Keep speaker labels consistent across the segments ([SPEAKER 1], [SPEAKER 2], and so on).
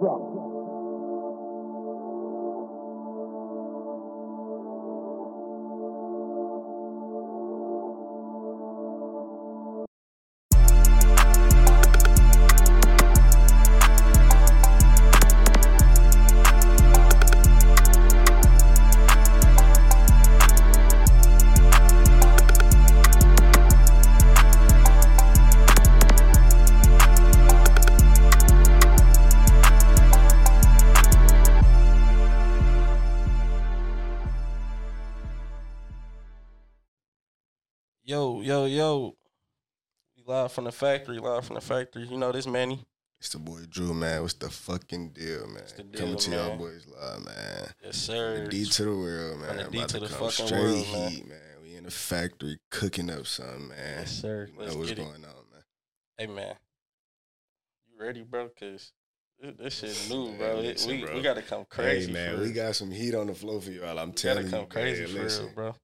[SPEAKER 1] God.
[SPEAKER 2] Yo, yo, yo. We live from the factory, live from the factory. You know this Manny.
[SPEAKER 3] It's the boy Drew, man. What's the fucking deal, man?
[SPEAKER 2] the deal,
[SPEAKER 3] Coming to y'all
[SPEAKER 2] man.
[SPEAKER 3] boys live, man.
[SPEAKER 2] Yes, sir.
[SPEAKER 3] D to the world, man.
[SPEAKER 2] the D
[SPEAKER 3] About
[SPEAKER 2] to
[SPEAKER 3] to,
[SPEAKER 2] the
[SPEAKER 3] come
[SPEAKER 2] fucking
[SPEAKER 3] straight
[SPEAKER 2] world, man.
[SPEAKER 3] heat, man. We in the factory cooking up something, man.
[SPEAKER 2] Yes, sir.
[SPEAKER 3] You know
[SPEAKER 2] Let's
[SPEAKER 3] what's
[SPEAKER 2] get it.
[SPEAKER 3] going on, man.
[SPEAKER 2] Hey man, you ready, bro? Cause thi- this shit new,
[SPEAKER 3] Man,
[SPEAKER 2] bro. It-
[SPEAKER 3] listen,
[SPEAKER 2] we
[SPEAKER 3] bro.
[SPEAKER 2] we gotta come crazy, for
[SPEAKER 3] hey, man,
[SPEAKER 2] real.
[SPEAKER 3] we got some heat on the floor for y'all. I'm
[SPEAKER 2] We
[SPEAKER 3] telling
[SPEAKER 2] gotta come
[SPEAKER 3] you,
[SPEAKER 2] crazy
[SPEAKER 3] man.
[SPEAKER 2] for
[SPEAKER 3] Listen,
[SPEAKER 2] real, bro.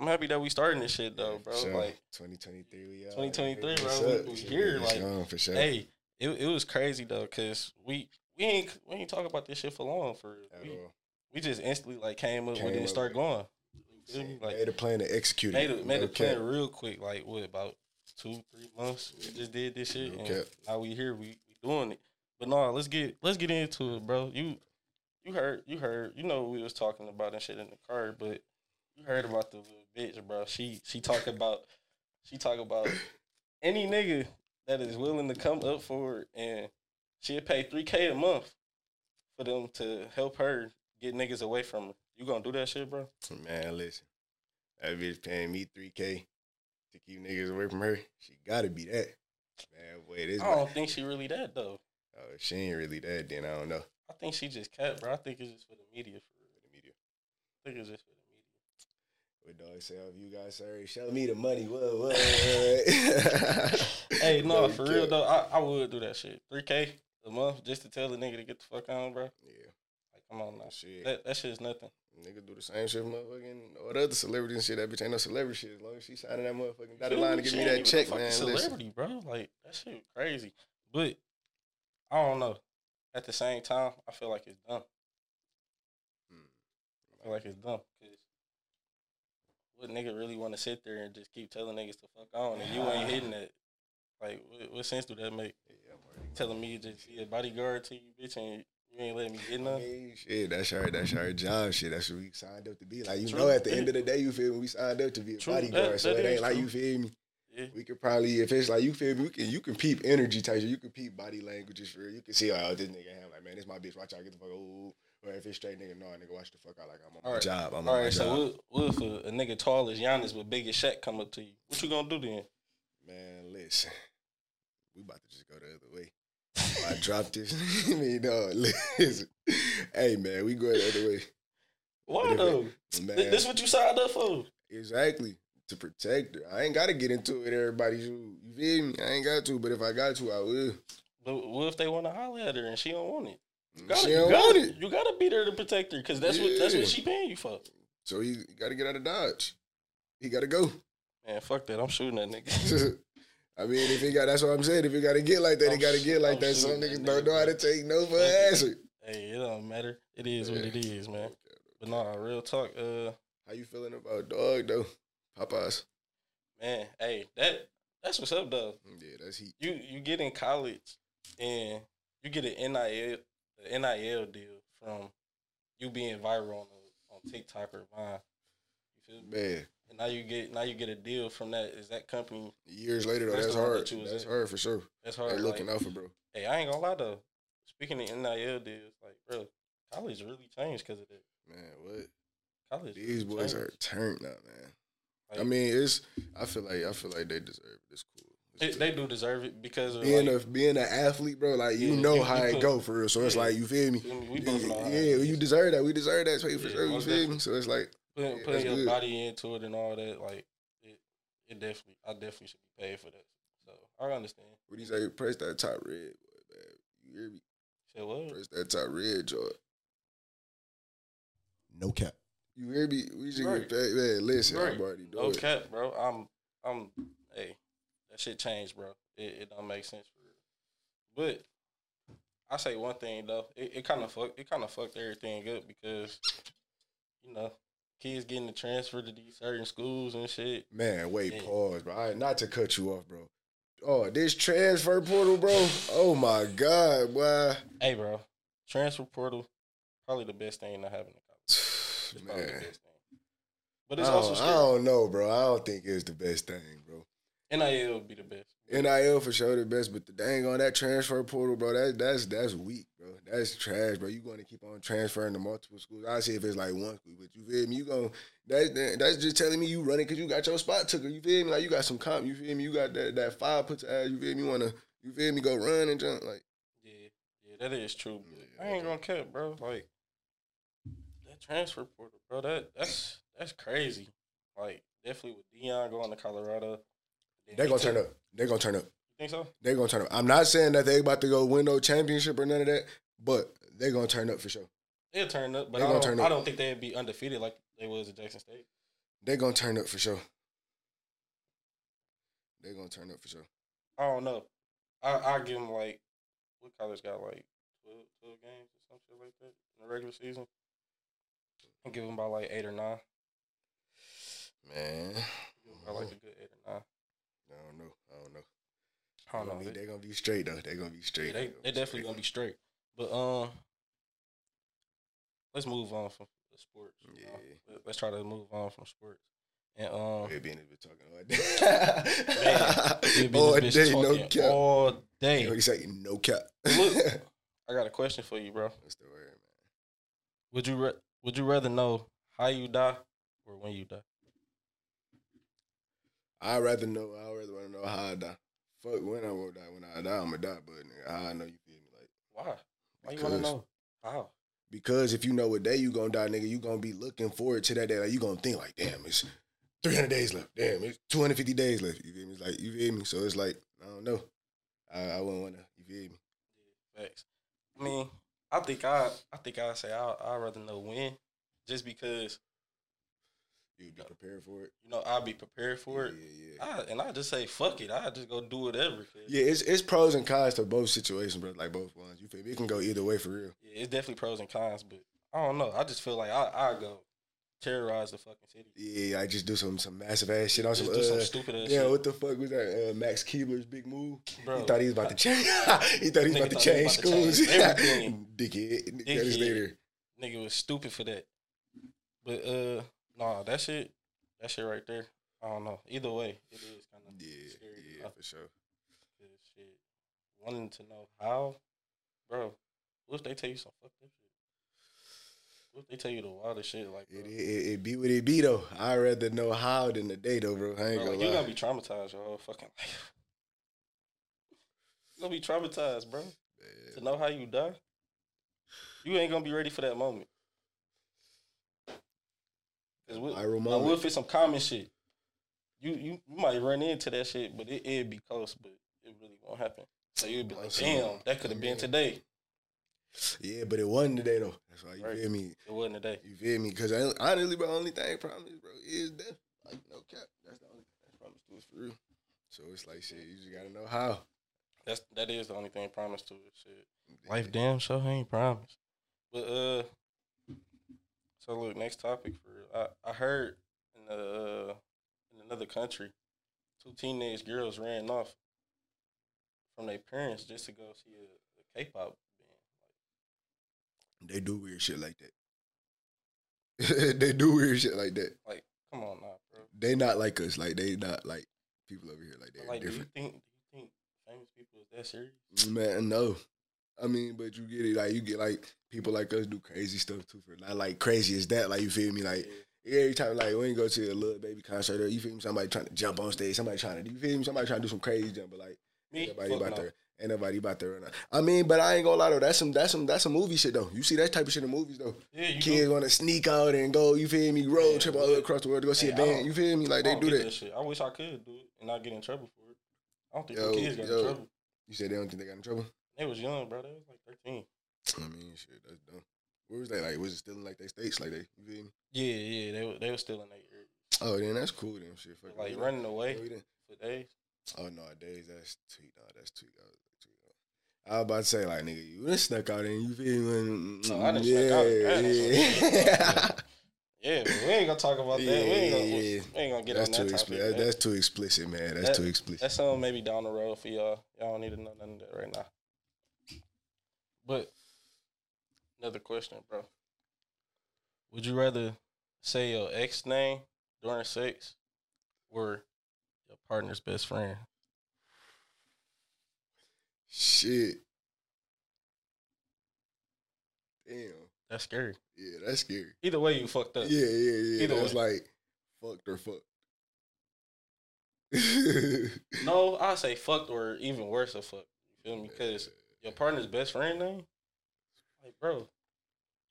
[SPEAKER 2] I'm happy that we starting this shit though, bro.
[SPEAKER 3] So,
[SPEAKER 2] Like,
[SPEAKER 3] 2023, we out.
[SPEAKER 2] 2023,
[SPEAKER 3] It's
[SPEAKER 2] bro. We-
[SPEAKER 3] up.
[SPEAKER 2] we
[SPEAKER 3] It's
[SPEAKER 2] here,
[SPEAKER 3] on,
[SPEAKER 2] like,
[SPEAKER 3] it's on, for sure.
[SPEAKER 2] hey, it, it was crazy though, cause we we ain't we ain't talk about this shit for long for real.
[SPEAKER 3] At
[SPEAKER 2] We,
[SPEAKER 3] all.
[SPEAKER 2] we just instantly like came up with it
[SPEAKER 3] Came
[SPEAKER 2] and
[SPEAKER 3] up
[SPEAKER 2] start
[SPEAKER 3] with
[SPEAKER 2] going. You feel me?
[SPEAKER 3] Made
[SPEAKER 2] Like
[SPEAKER 3] a plan to execute
[SPEAKER 2] made
[SPEAKER 3] it.
[SPEAKER 2] a, made
[SPEAKER 3] No
[SPEAKER 2] a plan
[SPEAKER 3] cap.
[SPEAKER 2] real quick, like what about two, three months? We just did this shit,
[SPEAKER 3] No
[SPEAKER 2] and
[SPEAKER 3] cap.
[SPEAKER 2] now we here, we, we doing it. But no, let's get let's get into it, bro. You you heard you heard you know what we was talking about and shit in the car, but you heard about the little bitch, bro. She she talk about she talk about any nigga that is willing to come up for it, and she'll pay three k a month for them to help her get niggas away from her. You gonna do that shit, bro?
[SPEAKER 3] Man, listen. That bitch paying me 3K to keep niggas away from her. She gotta be that. Man, wait, this
[SPEAKER 2] I don't think she really that though.
[SPEAKER 3] Oh, if she ain't really that, then I don't know.
[SPEAKER 2] I think she just kept, bro. I think it's just for the media. For real.
[SPEAKER 3] The media.
[SPEAKER 2] I think it's just for the media.
[SPEAKER 3] What dog say, oh, you guys already show me the money. What, what, what?
[SPEAKER 2] Hey, no,
[SPEAKER 3] Like,
[SPEAKER 2] for real
[SPEAKER 3] yeah.
[SPEAKER 2] though, I, I would do that shit. Three K a month just to tell the nigga to get the fuck on, bro. Like,
[SPEAKER 3] Yeah,
[SPEAKER 2] come on now.
[SPEAKER 3] shit.
[SPEAKER 2] That that shit is nothing.
[SPEAKER 3] Niggas do the same shit, motherfucking. All the other celebrities and shit. That bitch ain't no celebrity shit. As long as she signing that motherfucking dotted line to give
[SPEAKER 2] She
[SPEAKER 3] me
[SPEAKER 2] ain't
[SPEAKER 3] that
[SPEAKER 2] even a
[SPEAKER 3] check,
[SPEAKER 2] fucking
[SPEAKER 3] man. Listen,
[SPEAKER 2] Celebrity, bro. Like that shit crazy. But I don't know. At the same time, I feel like it's dumb.
[SPEAKER 3] Hmm.
[SPEAKER 2] I feel like it's dumb. 'cause what nigga really want to sit there and just keep telling niggas to fuck on and you ain't hitting that? Like, what, what sense do that make?
[SPEAKER 3] Yeah, I'm already-
[SPEAKER 2] telling me to just be a bodyguard to you, bitch, and you ain't letting me get
[SPEAKER 3] I
[SPEAKER 2] none.
[SPEAKER 3] mean, shit, that's our that's our job. Shit, that's what we signed up to be. Like you
[SPEAKER 2] True.
[SPEAKER 3] know, at the end of the day, you feel me. We signed up to be a
[SPEAKER 2] True.
[SPEAKER 3] bodyguard,
[SPEAKER 2] That-
[SPEAKER 3] so
[SPEAKER 2] that
[SPEAKER 3] it
[SPEAKER 2] is
[SPEAKER 3] ain't like
[SPEAKER 2] true.
[SPEAKER 3] you feel me.
[SPEAKER 2] Yeah.
[SPEAKER 3] We could probably, if it's like you feel me, we can you can peep energy type. shit, You can peep body languages for real. You can see, oh, this nigga, I'm like, man, this my bitch. Watch out, get the fuck. Ooh. Or if it's straight nigga, no, nigga, watch the fuck out. Like I'm on my
[SPEAKER 2] Alright.
[SPEAKER 3] job. I'm on
[SPEAKER 2] All
[SPEAKER 3] my
[SPEAKER 2] right,
[SPEAKER 3] job.
[SPEAKER 2] so what, what if a, a nigga tall as Giannis with big as Shaq come up to you? What you gonna do then?
[SPEAKER 3] Man, listen, we about to just go the other way. I dropped this. I mean, no, listen. Hey, man, we going the other way.
[SPEAKER 2] Why though?
[SPEAKER 3] Man,
[SPEAKER 2] Th- This what you signed up for?
[SPEAKER 3] Exactly. To protect her. I ain't gotta get into it, everybody's you you feel me? I ain't got to, but if I got to, I will.
[SPEAKER 2] But what if they want to holler at her and she don't want it? You
[SPEAKER 3] she
[SPEAKER 2] gotta,
[SPEAKER 3] don't
[SPEAKER 2] you gotta,
[SPEAKER 3] want it.
[SPEAKER 2] You gotta be there to protect her because that's what that's
[SPEAKER 3] Yeah.
[SPEAKER 2] what she paying you for.
[SPEAKER 3] So he, gotta get out of Dodge. He gotta go.
[SPEAKER 2] Man, fuck that. I'm shooting that nigga.
[SPEAKER 3] I mean, if he got that's what I'm saying. If he gotta get like that, he
[SPEAKER 2] I'm
[SPEAKER 3] gotta
[SPEAKER 2] sh-
[SPEAKER 3] get like
[SPEAKER 2] I'm
[SPEAKER 3] that. Some
[SPEAKER 2] shooting Oh, that
[SPEAKER 3] niggas don't
[SPEAKER 2] nigga,
[SPEAKER 3] know how
[SPEAKER 2] bro.
[SPEAKER 3] to take no for
[SPEAKER 2] Fuck
[SPEAKER 3] an
[SPEAKER 2] it.
[SPEAKER 3] answer.
[SPEAKER 2] hey, it don't matter. It is what it is, man.
[SPEAKER 3] Okay.
[SPEAKER 2] But nah, real talk. Uh,
[SPEAKER 3] How you feeling about dog though? Popeyes.
[SPEAKER 2] man, hey, that that's what's up though.
[SPEAKER 3] Yeah, that's heat.
[SPEAKER 2] you you get in college and you get an NIL a NIL deal from you being viral on, on TikTok or Vine. You feel me?
[SPEAKER 3] Man.
[SPEAKER 2] And now you get now you get a deal from that is that company
[SPEAKER 3] Years later though,
[SPEAKER 2] That's
[SPEAKER 3] that's,
[SPEAKER 2] the one
[SPEAKER 3] hard.
[SPEAKER 2] that you was
[SPEAKER 3] that's
[SPEAKER 2] at.
[SPEAKER 3] hard for sure.
[SPEAKER 2] that's
[SPEAKER 3] They
[SPEAKER 2] hard.
[SPEAKER 3] looking
[SPEAKER 2] like,
[SPEAKER 3] out for bro.
[SPEAKER 2] hey, I ain't gonna lie though. Speaking of NIL deals, like bro, college really changed because of that.
[SPEAKER 3] Man, what?
[SPEAKER 2] College.
[SPEAKER 3] These
[SPEAKER 2] really
[SPEAKER 3] boys
[SPEAKER 2] changed.
[SPEAKER 3] are turned up, man. I
[SPEAKER 2] Like-
[SPEAKER 3] mean, it's. I feel like I feel like they deserve it. It's cool.
[SPEAKER 2] they,
[SPEAKER 3] It's
[SPEAKER 2] they
[SPEAKER 3] good.
[SPEAKER 2] do deserve it because of
[SPEAKER 3] being
[SPEAKER 2] like,
[SPEAKER 3] a being an athlete, bro. Like you
[SPEAKER 2] Yeah,
[SPEAKER 3] know
[SPEAKER 2] you-
[SPEAKER 3] how
[SPEAKER 2] you
[SPEAKER 3] it
[SPEAKER 2] put-
[SPEAKER 3] go for real. So it's
[SPEAKER 2] yeah.
[SPEAKER 3] like you feel me.
[SPEAKER 2] we
[SPEAKER 3] Yeah,
[SPEAKER 2] both know how
[SPEAKER 3] yeah,
[SPEAKER 2] it
[SPEAKER 3] you
[SPEAKER 2] is.
[SPEAKER 3] deserve that. We deserve that. Wait for
[SPEAKER 2] Yeah,
[SPEAKER 3] sure. You
[SPEAKER 2] most
[SPEAKER 3] feel me? So it's like
[SPEAKER 2] putting,
[SPEAKER 3] Yeah,
[SPEAKER 2] putting
[SPEAKER 3] that's
[SPEAKER 2] your
[SPEAKER 3] good.
[SPEAKER 2] body into it and all that, like it, it definitely, I definitely should be paid for that. So I understand.
[SPEAKER 3] what do you say? Press that top red, boy, man. You hear me?
[SPEAKER 2] Say what?
[SPEAKER 3] Press that top red, jaw.
[SPEAKER 4] No cap.
[SPEAKER 3] You hear me? We just
[SPEAKER 2] Right.
[SPEAKER 3] get paid, man. Listen,
[SPEAKER 2] Right.
[SPEAKER 3] I'm already doing
[SPEAKER 2] No
[SPEAKER 3] it.
[SPEAKER 2] cap, bro. I'm, I'm, hey, that shit changed, bro. It, it don't make sense for real. But I say one thing though. It, it kind of fuck. It kind of fucked everything up because, you know, kids getting the transfer to these certain schools and shit.
[SPEAKER 3] Man, wait,
[SPEAKER 2] Yeah.
[SPEAKER 3] pause, bro. All right, not to cut you off, bro. Oh, this transfer portal, bro. Oh my God, boy.
[SPEAKER 2] Hey, bro, transfer portal probably the best thing that happened to college. It's probably the
[SPEAKER 3] Man. Oh,
[SPEAKER 2] best thing. But it's
[SPEAKER 3] I,
[SPEAKER 2] also
[SPEAKER 3] don't, I
[SPEAKER 2] scary.
[SPEAKER 3] don't know, bro. I don't think it's the best thing, bro.
[SPEAKER 2] NIL would be the best.
[SPEAKER 3] NIL for sure the best, but the dang on that transfer portal, bro. That that's that's weak, bro. That's trash, bro. You going to keep on transferring to multiple schools? I see if it's like one school, but you feel me? You going that, that that's just telling me you running because you got your spot took. You feel me? Like you got some comp. You feel me? You got that that five put to ass. You feel me? You wanna you feel me? Go run and jump like
[SPEAKER 2] Yeah, yeah, that is true. But
[SPEAKER 3] Yeah.
[SPEAKER 2] I ain't gonna cap, bro. Like that transfer portal, bro. That that's that's crazy. Like definitely with Dion going to Colorado, then
[SPEAKER 3] they
[SPEAKER 2] he
[SPEAKER 3] gonna
[SPEAKER 2] took-
[SPEAKER 3] turn up. They gonna turn up.
[SPEAKER 2] You think so?
[SPEAKER 3] They gonna turn up. I'm not saying that they about to go win no championship or none of that, but they gonna turn up for sure.
[SPEAKER 2] They'll turn up, but
[SPEAKER 3] They
[SPEAKER 2] I
[SPEAKER 3] gonna
[SPEAKER 2] don't,
[SPEAKER 3] turn
[SPEAKER 2] I
[SPEAKER 3] up.
[SPEAKER 2] don't think they'd be undefeated like they was at Jackson State.
[SPEAKER 3] They gonna turn up for sure. They gonna turn up for sure.
[SPEAKER 2] I don't know. I I give them like what college got like 12, 12 games or some shit like that in the regular season. I give them about like eight or nine.
[SPEAKER 3] Man.
[SPEAKER 2] Give 'em about
[SPEAKER 3] Mm-hmm.
[SPEAKER 2] like a good eight or nine.
[SPEAKER 3] I don't know. I don't know.
[SPEAKER 2] I don't
[SPEAKER 3] They
[SPEAKER 2] know.
[SPEAKER 3] gonna be-
[SPEAKER 2] They-
[SPEAKER 3] They gonna be straight though. They gonna be
[SPEAKER 2] Yeah,
[SPEAKER 3] straight.
[SPEAKER 2] they they definitely gonna be straight. But um, let's move on from the sports. you know.
[SPEAKER 3] Yeah.
[SPEAKER 2] Let- Let's try to move on from sports. And
[SPEAKER 3] Oh,
[SPEAKER 2] um,
[SPEAKER 3] yeah, being this bitch talking all day.
[SPEAKER 2] we'll be
[SPEAKER 3] all
[SPEAKER 2] in this bitch
[SPEAKER 3] day, no
[SPEAKER 2] talking
[SPEAKER 3] cap.
[SPEAKER 2] all
[SPEAKER 3] You know,
[SPEAKER 2] day.
[SPEAKER 3] he's like no cap.
[SPEAKER 2] Look. I got a question for you, bro.
[SPEAKER 3] What's the word, man?
[SPEAKER 2] Would you ra- would you rather know how you die or when you die?
[SPEAKER 3] I'd rather know. I'd rather wanna know how I die. Fuck when I will die. When I die, I'ma die. But nigga, how I know you feel me like.
[SPEAKER 2] Why? Why you want to
[SPEAKER 3] Because-
[SPEAKER 2] know? How?
[SPEAKER 3] Because if you know what day you gonna die, nigga, you gonna be looking forward to that day. Like you gonna think like, damn, it's 300 days left. Damn, it's 250 days left. You feel me? It's like you feel me. So it's like I don't know. I, I wouldn't wanna. You feel me?
[SPEAKER 2] Facts. I mean, I think I I think I say I I rather know when, just because
[SPEAKER 3] You'd be prepared for it.
[SPEAKER 2] you know I'll be prepared Uh, for it.
[SPEAKER 3] Yeah, yeah.
[SPEAKER 2] I, and I just say fuck it. I just go do whatever. 'cause-
[SPEAKER 3] Yeah, it's it's pros and cons to both situations, bro. Like both ones. You feel me? It can go either way for real.
[SPEAKER 2] Yeah, it's definitely pros and cons, but I don't know. I just feel like I I go terrorize the fucking city.
[SPEAKER 3] Yeah, I just do some some massive ass shit on some.
[SPEAKER 2] Just do some
[SPEAKER 3] Uh,
[SPEAKER 2] stupid ass
[SPEAKER 3] yeah,
[SPEAKER 2] shit,
[SPEAKER 3] what the fuck was that? Uh, Max Keebler's big move.
[SPEAKER 2] bro.
[SPEAKER 3] He thought he was about to change. he thought he
[SPEAKER 2] Nigga
[SPEAKER 3] was about to
[SPEAKER 2] thought he
[SPEAKER 3] change
[SPEAKER 2] was about to
[SPEAKER 3] schools.
[SPEAKER 2] change everything.
[SPEAKER 3] Dickhead. Nigga got his
[SPEAKER 2] Dickhead.
[SPEAKER 3] later.
[SPEAKER 2] Nigga was stupid for that. But uh, nah, that shit, that shit right there. I don't know. Either way, it is kind of
[SPEAKER 3] Yeah,
[SPEAKER 2] scary.
[SPEAKER 3] yeah, for sure.
[SPEAKER 2] Cause shit, wanting to know how, bro. What if they tell you some fucked up shit? What if they tell you the wildest shit like?
[SPEAKER 3] It,
[SPEAKER 2] bro,
[SPEAKER 3] it, it be what it be though. I'd rather know how than the day though, bro. I ain't
[SPEAKER 2] bro,
[SPEAKER 3] gonna
[SPEAKER 2] like, you
[SPEAKER 3] lie.
[SPEAKER 2] gonna be traumatized your whole fucking life. you gonna be traumatized, bro.
[SPEAKER 3] Man,
[SPEAKER 2] To know how you die, you ain't gonna be ready for that moment. Cause what,
[SPEAKER 3] Viral
[SPEAKER 2] now, what
[SPEAKER 3] moment.
[SPEAKER 2] if it's some common shit? You, you you might run into that shit, but it it'd be close, but it really won't happen. So you'd be like,
[SPEAKER 3] Also,
[SPEAKER 2] damn, that could have been
[SPEAKER 3] yeah.
[SPEAKER 2] today.
[SPEAKER 3] Yeah, but it wasn't today though. That's why you
[SPEAKER 2] Right.
[SPEAKER 3] feel me.
[SPEAKER 2] It wasn't today.
[SPEAKER 3] You feel me? Because honestly, bro, only thing problem is, bro, is death. Like no cap. That's the only thing problem to us for real. So it's like shit. You just gotta know how.
[SPEAKER 2] That's that is the only thing promised to it. Shit. Life damn sure ain't promised. But uh so look, next topic for real. I, I heard in the uh, in another country, two teenage girls ran off from their parents just to go see a, a K pop band.
[SPEAKER 3] They do weird shit like that. they do weird shit like that.
[SPEAKER 2] Like, come on now, bro.
[SPEAKER 3] They not like us. Like they not like people over here. Like
[SPEAKER 2] But,
[SPEAKER 3] they're
[SPEAKER 2] like do you
[SPEAKER 3] different.
[SPEAKER 2] think do you think famous people is that serious?
[SPEAKER 3] Man, no. I mean, but you get it. Like you get like people like us do crazy stuff too. For not like crazy as that. Like you feel me? Like
[SPEAKER 2] Yeah.
[SPEAKER 3] every time like when you go to a little baby concert, or you feel me? Somebody trying to jump on stage. Somebody trying to. You feel me? Somebody trying to do some crazy jump. But like.
[SPEAKER 2] Me,
[SPEAKER 3] Ain't nobody
[SPEAKER 2] fuck
[SPEAKER 3] about
[SPEAKER 2] no.
[SPEAKER 3] to. Ain't nobody about to run out. I mean, but I ain't gonna lie though. That's some. That's some. That's some movie shit though. You see that type of shit in movies though.
[SPEAKER 2] yeah, you do.
[SPEAKER 3] Kids want to sneak out and go. You feel me? Road
[SPEAKER 2] Yeah,
[SPEAKER 3] trip
[SPEAKER 2] but-
[SPEAKER 3] all across the world to go see
[SPEAKER 2] Hey,
[SPEAKER 3] a
[SPEAKER 2] I
[SPEAKER 3] band.
[SPEAKER 2] don't-
[SPEAKER 3] You feel me? Like
[SPEAKER 2] I
[SPEAKER 3] they
[SPEAKER 2] don't
[SPEAKER 3] do
[SPEAKER 2] get
[SPEAKER 3] that.
[SPEAKER 2] shit. I wish I could do it and not get in trouble for it. I don't think
[SPEAKER 3] Yo,
[SPEAKER 2] the kids got
[SPEAKER 3] yo.
[SPEAKER 2] in trouble.
[SPEAKER 3] You said they don't think they got in trouble.
[SPEAKER 2] They was young, bro. They was like thirteen.
[SPEAKER 3] I mean, shit, that's dumb. Where was they? Like, was it still in like they states? Like they, you feel me?
[SPEAKER 2] Yeah, yeah, they were they were still in their area.
[SPEAKER 3] Oh, then that's cool. Then shit, fuck
[SPEAKER 2] But,
[SPEAKER 3] it. Oh,
[SPEAKER 2] Like
[SPEAKER 3] We
[SPEAKER 2] running
[SPEAKER 3] done-
[SPEAKER 2] away
[SPEAKER 3] we done-
[SPEAKER 2] for days.
[SPEAKER 3] Oh no, days that's tweet. No, that's tweet. I was like, tweet. I was about to say, like, nigga, you done snuck out in. You feel me? Mm,
[SPEAKER 2] No, I done
[SPEAKER 3] yeah,
[SPEAKER 2] snuck out in. I done snuck
[SPEAKER 3] yeah.
[SPEAKER 2] out Yeah, but we ain't gonna talk about that. We ain't gonna,
[SPEAKER 3] Yeah.
[SPEAKER 2] we ain't gonna get
[SPEAKER 3] That's
[SPEAKER 2] on
[SPEAKER 3] too
[SPEAKER 2] that
[SPEAKER 3] explicit.
[SPEAKER 2] topic.
[SPEAKER 3] That,
[SPEAKER 2] man.
[SPEAKER 3] that's too explicit, man. That's
[SPEAKER 2] That-
[SPEAKER 3] too explicit.
[SPEAKER 2] That's something maybe down the road for y'all. Y'all don't need to know none of that right now. But another question, bro. Would you rather say your ex name during sex or your partner's best friend?
[SPEAKER 3] Shit. Damn.
[SPEAKER 2] That's scary.
[SPEAKER 3] Yeah, that's scary.
[SPEAKER 2] Either way, you fucked
[SPEAKER 3] Yeah,
[SPEAKER 2] up.
[SPEAKER 3] yeah, yeah.
[SPEAKER 2] Either
[SPEAKER 3] That's like fucked or fucked. no,
[SPEAKER 2] No, I say fucked or even worse than fuck. You feel me? Because your partner's best friend name, like bro,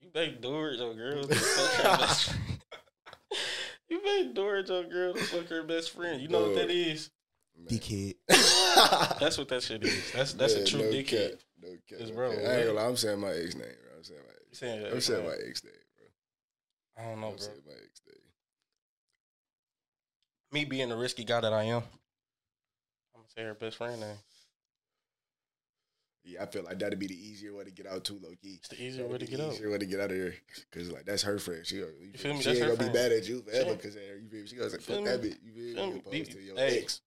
[SPEAKER 2] you make dudes or girls to fuck her best friend. you make dudes or girls to fuck her best friend. You know what that
[SPEAKER 3] Dog.
[SPEAKER 2] is?
[SPEAKER 1] Dickhead.
[SPEAKER 3] that's
[SPEAKER 2] That's what that shit is. That's that's a true
[SPEAKER 3] no
[SPEAKER 2] dickhead.
[SPEAKER 3] Cap, no cap.
[SPEAKER 2] It's
[SPEAKER 3] no
[SPEAKER 2] bro,
[SPEAKER 3] cap. I ain't
[SPEAKER 2] what?
[SPEAKER 3] gonna lie, I'm saying my ex name, bro. I'm saying my
[SPEAKER 2] You
[SPEAKER 3] ex
[SPEAKER 2] saying
[SPEAKER 3] name.
[SPEAKER 2] that,
[SPEAKER 3] I'm saying
[SPEAKER 2] bro?
[SPEAKER 3] my ex name, bro.
[SPEAKER 2] I don't know,
[SPEAKER 3] I'm
[SPEAKER 2] bro.
[SPEAKER 3] saying my ex name.
[SPEAKER 2] Me being the risky guy that I am, I'm gonna say her best friend name.
[SPEAKER 3] Yeah, I feel like that'd be the easier way to get out too, low key.
[SPEAKER 2] It's the easier way to get out.
[SPEAKER 3] Easier way to get out of here, cause like that's her friend. She, gonna- you
[SPEAKER 2] feel me?
[SPEAKER 3] She
[SPEAKER 2] That's
[SPEAKER 3] ain't
[SPEAKER 2] her
[SPEAKER 3] gonna be
[SPEAKER 2] friend.
[SPEAKER 3] mad at you forever,
[SPEAKER 2] ain't-
[SPEAKER 3] cause uh, you feel me? She gonna say,
[SPEAKER 2] You feel
[SPEAKER 3] "Fuck that
[SPEAKER 2] me?
[SPEAKER 3] bitch." You
[SPEAKER 2] Feel
[SPEAKER 3] feel me?
[SPEAKER 2] me?
[SPEAKER 3] Opposed
[SPEAKER 2] Be-
[SPEAKER 3] to your
[SPEAKER 2] hey.
[SPEAKER 3] ex.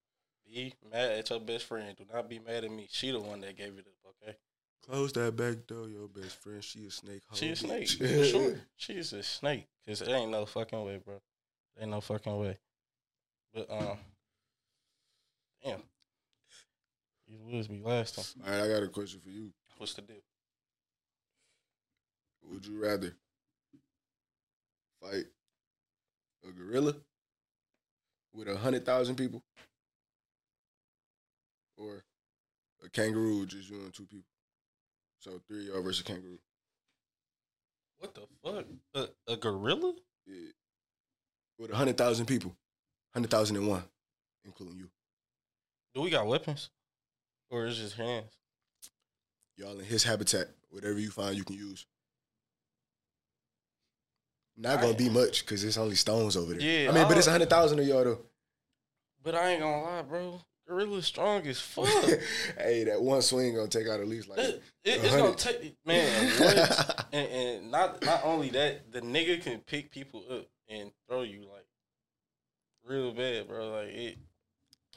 [SPEAKER 2] Be mad at your best friend. Do not be mad at me. She the one that gave it up. Okay.
[SPEAKER 3] Close that back door, your best friend. She a snake.
[SPEAKER 2] She a snake. For sure. She's a snake. Cause there ain't no fucking way, bro. Ain't no fucking way. But um Damn. You was me last time.
[SPEAKER 3] All right, I got a question for you.
[SPEAKER 2] What's the deal?
[SPEAKER 3] Would you rather fight a gorilla with a hundred thousand people, or a kangaroo with just you and two people? So three of y'all versus a kangaroo.
[SPEAKER 2] What the fuck? A, a gorilla?
[SPEAKER 3] Yeah. With a hundred thousand people, hundred thousand and one, including you.
[SPEAKER 2] Do we got weapons? Or is just hands?
[SPEAKER 3] Y'all in his habitat. Whatever you find, you can use. Not gonna be much because it's only stones over there.
[SPEAKER 2] Yeah,
[SPEAKER 3] I mean, but it's
[SPEAKER 2] I'll-
[SPEAKER 3] a hundred thousand of y'all though.
[SPEAKER 2] But I ain't gonna lie, bro. Gorilla's strong as fuck.
[SPEAKER 3] hey, that one swing gonna take out at least like.
[SPEAKER 2] It- it-
[SPEAKER 3] a
[SPEAKER 2] it's gonna
[SPEAKER 3] hundred.
[SPEAKER 2] take man. What? and, and not not only that, the nigga can pick people up and throw you like real bad, bro. Like it,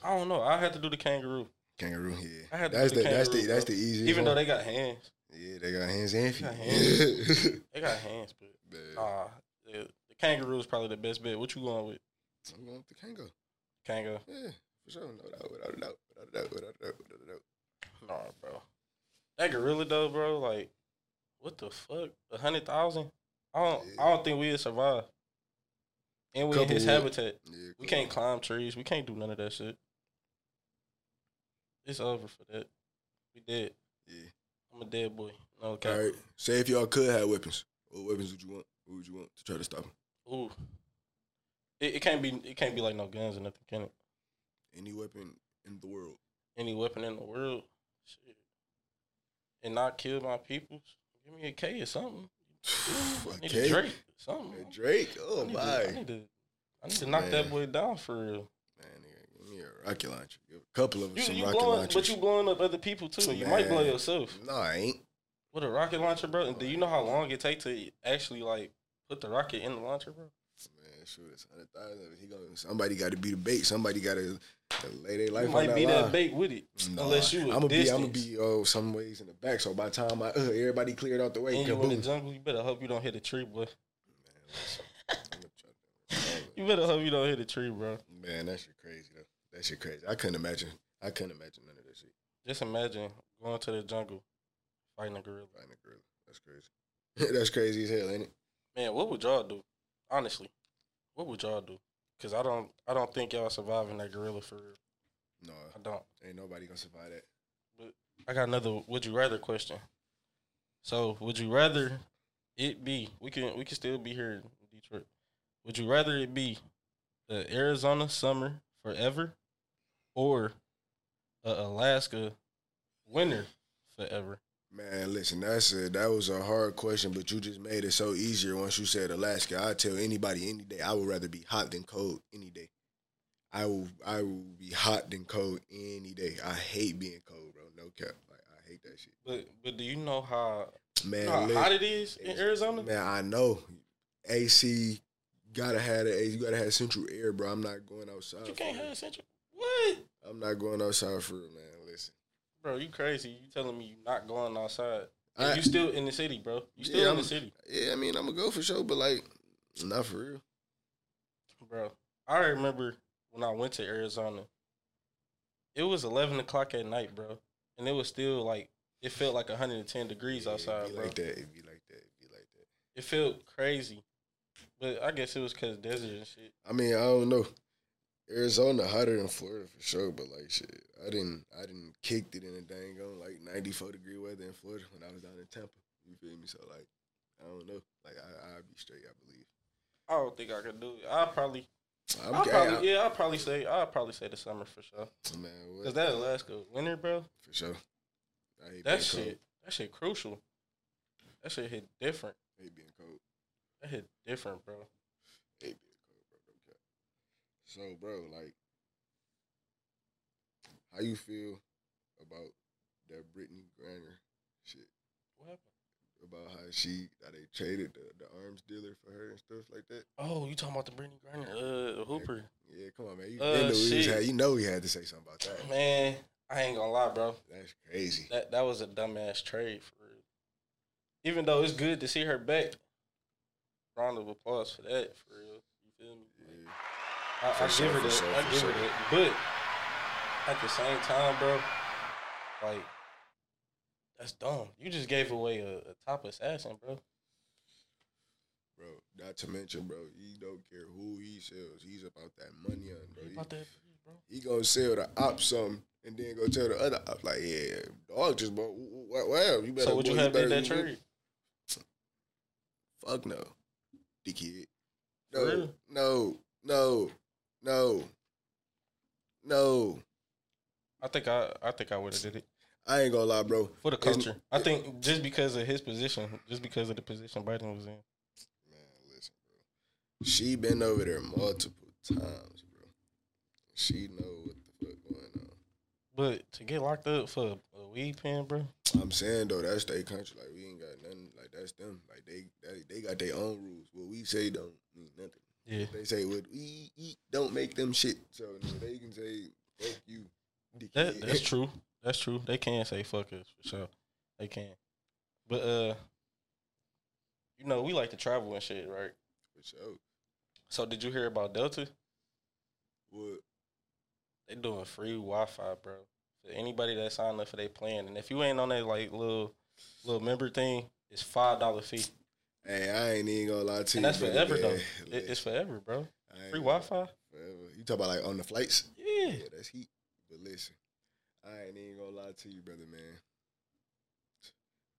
[SPEAKER 2] I don't know. I had to do the kangaroo,
[SPEAKER 3] kangaroo,
[SPEAKER 2] I
[SPEAKER 3] yeah.
[SPEAKER 2] had to
[SPEAKER 3] That's
[SPEAKER 2] do
[SPEAKER 3] the,
[SPEAKER 2] the
[SPEAKER 3] that's the
[SPEAKER 2] kangaroo,
[SPEAKER 3] that's the
[SPEAKER 2] bro.
[SPEAKER 3] easiest.
[SPEAKER 2] even though
[SPEAKER 3] one.
[SPEAKER 2] they got hands.
[SPEAKER 3] yeah, they got hands and feet.
[SPEAKER 2] Got They got hands, but
[SPEAKER 3] Man,
[SPEAKER 2] nah, the, the kangaroo is probably the best bet. What you going with,
[SPEAKER 3] I'm going with the kangaroo.
[SPEAKER 2] kangaroo?
[SPEAKER 3] Yeah, for sure. No doubt, without a doubt, without a doubt, without a doubt, without a doubt.
[SPEAKER 2] Nah, bro. That gorilla though, bro. Like, what the fuck? A hundred thousand? I don't. I don't think we'd survive. And we in
[SPEAKER 3] Couple
[SPEAKER 2] his
[SPEAKER 3] would.
[SPEAKER 2] habitat.
[SPEAKER 3] Yeah,
[SPEAKER 2] We can't climb trees. We can't do none of that shit. It's over for that. We dead.
[SPEAKER 3] Yeah.
[SPEAKER 2] I'm a dead boy. No okay.
[SPEAKER 3] All right. Say if y'all could have weapons, what weapons would you want? What would you want to try to stop him?
[SPEAKER 2] Ooh. It, it can't be. It can't be like no guns or nothing, can it?
[SPEAKER 3] Any weapon in the world.
[SPEAKER 2] Any weapon in the world, shit, and not kill my peoples. Give me a K or something. I need
[SPEAKER 3] Okay.
[SPEAKER 2] a Drake. or Something.
[SPEAKER 3] A Drake. Oh
[SPEAKER 2] I need,
[SPEAKER 3] my.
[SPEAKER 2] to, I need to. I need to knock that
[SPEAKER 3] Man.
[SPEAKER 2] boy down for real.
[SPEAKER 3] Man, nigga, give me a rocket launcher. Give a couple of
[SPEAKER 2] You,
[SPEAKER 3] some
[SPEAKER 2] you
[SPEAKER 3] rocket
[SPEAKER 2] blowing,
[SPEAKER 3] launchers.
[SPEAKER 2] but you blowing up other people too. You might blow
[SPEAKER 3] Man.
[SPEAKER 2] yourself.
[SPEAKER 3] No, I ain't.
[SPEAKER 2] With a rocket launcher, bro. And do you know how long it take to actually like put the rocket in the launcher, bro?
[SPEAKER 3] Man, shoot, it's hundred thousand. He going somebody got to be the bait. Somebody got to lay their life
[SPEAKER 2] you
[SPEAKER 3] on
[SPEAKER 2] might
[SPEAKER 3] that
[SPEAKER 2] be
[SPEAKER 3] line.
[SPEAKER 2] that bait with it,
[SPEAKER 3] Nah,
[SPEAKER 2] unless you.
[SPEAKER 3] I'ma
[SPEAKER 2] I'm
[SPEAKER 3] be, I'm
[SPEAKER 2] distance.
[SPEAKER 3] gonna be oh some ways in the back. So by the time I uh, everybody cleared out the way,
[SPEAKER 2] And you in the
[SPEAKER 3] kaboom.
[SPEAKER 2] jungle, you better hope you don't hit a tree, boy.
[SPEAKER 3] Man, listen, I'm gonna try to-
[SPEAKER 2] You better hope you don't hit a tree, bro.
[SPEAKER 3] Man, that shit crazy though. That shit crazy. I couldn't imagine. I couldn't imagine none of that shit.
[SPEAKER 2] Just imagine going to the jungle, fighting a gorilla.
[SPEAKER 3] Fighting a gorilla. That's crazy. That's crazy as hell, ain't it?
[SPEAKER 2] Man, what would y'all do? Honestly, what would y'all do? Cause I don't, I don't think y'all surviving that gorilla for real.
[SPEAKER 3] No,
[SPEAKER 2] I don't.
[SPEAKER 3] ain't nobody gonna survive that.
[SPEAKER 2] I got another would you rather question. So would you rather it be we can we can still be here in Detroit. Would you rather it be the Arizona summer forever or a Alaska winter forever?
[SPEAKER 3] Man, listen, that's a, that was a hard question, but you just made it so easier once you said Alaska. I tell anybody any day, I would rather be hot than cold any day. I will I will be hot than cold any day. I hate being cold, bro. No cap. Like I hate that shit.
[SPEAKER 2] But but do you know how,
[SPEAKER 3] Man,
[SPEAKER 2] you know how
[SPEAKER 3] lit.
[SPEAKER 2] hot it is Uh, in
[SPEAKER 3] It's-
[SPEAKER 2] Arizona?
[SPEAKER 3] Man, I know. AC gotta have the AC. You gotta have central air, bro. I'm not going outside.
[SPEAKER 2] you
[SPEAKER 3] for
[SPEAKER 2] can't
[SPEAKER 3] real.
[SPEAKER 2] have central. What?
[SPEAKER 3] I'm not going outside for real, man. Listen,
[SPEAKER 2] Bro, you crazy. You telling me you're not going outside. And
[SPEAKER 3] I,
[SPEAKER 2] you still in the city, bro. You still
[SPEAKER 3] Yeah,
[SPEAKER 2] in the
[SPEAKER 3] I'm-
[SPEAKER 2] city,
[SPEAKER 3] yeah, I mean, I'm gonna go for sure, but like, not for real.
[SPEAKER 2] bro. I remember when I went to Arizona. It was eleven o'clock at night, bro, and it was still like it felt like 110 degrees
[SPEAKER 3] Yeah,
[SPEAKER 2] outside,
[SPEAKER 3] it be
[SPEAKER 2] bro.
[SPEAKER 3] like that. It be like that. It be like that.
[SPEAKER 2] It felt crazy, but I guess it was cause desert and shit.
[SPEAKER 3] I mean, I don't know. Arizona hotter than Florida for sure, but like shit, I didn't, I didn't kicked it in a dang on like 94 degree weather in Florida when I was down in Tampa. You feel me? So like, I don't know. Like, I, I'd be straight. I believe.
[SPEAKER 2] I don't think I could do it. I probably,
[SPEAKER 3] I'm,
[SPEAKER 2] I
[SPEAKER 3] I,
[SPEAKER 2] probably, yeah, I probably say, I probably say the summer for sure.
[SPEAKER 3] man, what?
[SPEAKER 2] Cause that Alaska winter, bro.
[SPEAKER 3] for sure. I hate
[SPEAKER 2] That
[SPEAKER 3] being cold.
[SPEAKER 2] shit, that shit crucial. That shit hit different.
[SPEAKER 3] I hate being cold.
[SPEAKER 2] That hit different, bro.
[SPEAKER 3] Hey, big cold, bro. Don't cap. So, bro, like, how you feel about that Brittany Griner shit?
[SPEAKER 2] What happened?
[SPEAKER 3] About how she, how they traded the, the arms dealer for her and stuff like that?
[SPEAKER 2] Oh, you talking about the Brittany Griner, uh, Hooper?
[SPEAKER 3] Yeah, come on, man. You,
[SPEAKER 2] Uh,
[SPEAKER 3] you know we was
[SPEAKER 2] shit.
[SPEAKER 3] had, you know we had to say something about that.
[SPEAKER 2] Man, I ain't gonna lie, bro.
[SPEAKER 3] That's crazy.
[SPEAKER 2] That that was a dumbass trade for real. Even though it's good to see her back, round of applause for that, for real. You feel me?
[SPEAKER 3] Yeah.
[SPEAKER 2] I, I
[SPEAKER 3] For sure,
[SPEAKER 2] give her
[SPEAKER 3] for
[SPEAKER 2] that.
[SPEAKER 3] sure,
[SPEAKER 2] I
[SPEAKER 3] for
[SPEAKER 2] give her
[SPEAKER 3] sure.
[SPEAKER 2] that. But at the same time, bro, like that's dumb. You just gave away a, a top assassin, bro.
[SPEAKER 3] Bro, not to mention, bro, he don't care who he sells. He's about that money on,
[SPEAKER 2] What
[SPEAKER 3] bro. He-
[SPEAKER 2] about that, bro?
[SPEAKER 3] he gonna sell the op something and then go tell the other op like, yeah, dog just bought. Wow, wow, you better.
[SPEAKER 2] So would you
[SPEAKER 3] boy,
[SPEAKER 2] have
[SPEAKER 3] better-
[SPEAKER 2] made that
[SPEAKER 3] you-
[SPEAKER 2] trade?
[SPEAKER 3] Fuck no, the kid.
[SPEAKER 2] For
[SPEAKER 3] No,
[SPEAKER 2] real?
[SPEAKER 3] no, no, no, no.
[SPEAKER 2] I think I I think I would have did it.
[SPEAKER 3] I ain't gonna lie, bro.
[SPEAKER 2] For the
[SPEAKER 3] It's-
[SPEAKER 2] culture. I think just because of his position, just because of the position Biden was in.
[SPEAKER 3] Man, listen, bro. She been over there multiple times, bro. She know what the fuck going on.
[SPEAKER 2] But to get locked up for a weed pen, bro.
[SPEAKER 3] I'm saying though, that's their country. Like we ain't got nothing. Like that's them. Like they, they, they got their own rules. What we say don't mean nothing.
[SPEAKER 2] Yeah.
[SPEAKER 3] They say what we eat don't make them shit. So nigga, they can say fuck you. dickhead."
[SPEAKER 2] That that's true. That's true. They can say fuck us for sure. They can. But uh you know, we like to travel and shit, right?
[SPEAKER 3] For sure.
[SPEAKER 2] So did you hear about Delta?
[SPEAKER 3] What?
[SPEAKER 2] They doing free Wi Fi, bro. For anybody that signed up for their plan. And if you ain't on that like little little member thing, it's five dollar fee.
[SPEAKER 3] Hey, I ain't even gonna lie to you.
[SPEAKER 2] And that's
[SPEAKER 3] brother,
[SPEAKER 2] forever
[SPEAKER 3] man.
[SPEAKER 2] though.
[SPEAKER 3] Like,
[SPEAKER 2] It, it's forever, bro.
[SPEAKER 3] I ain't
[SPEAKER 2] Free
[SPEAKER 3] gonna
[SPEAKER 2] Wi Fi?
[SPEAKER 3] lie, Forever. You talk about like on the flights?
[SPEAKER 2] Yeah.
[SPEAKER 3] Yeah, that's heat. But listen, I ain't even gonna lie to you, brother, man.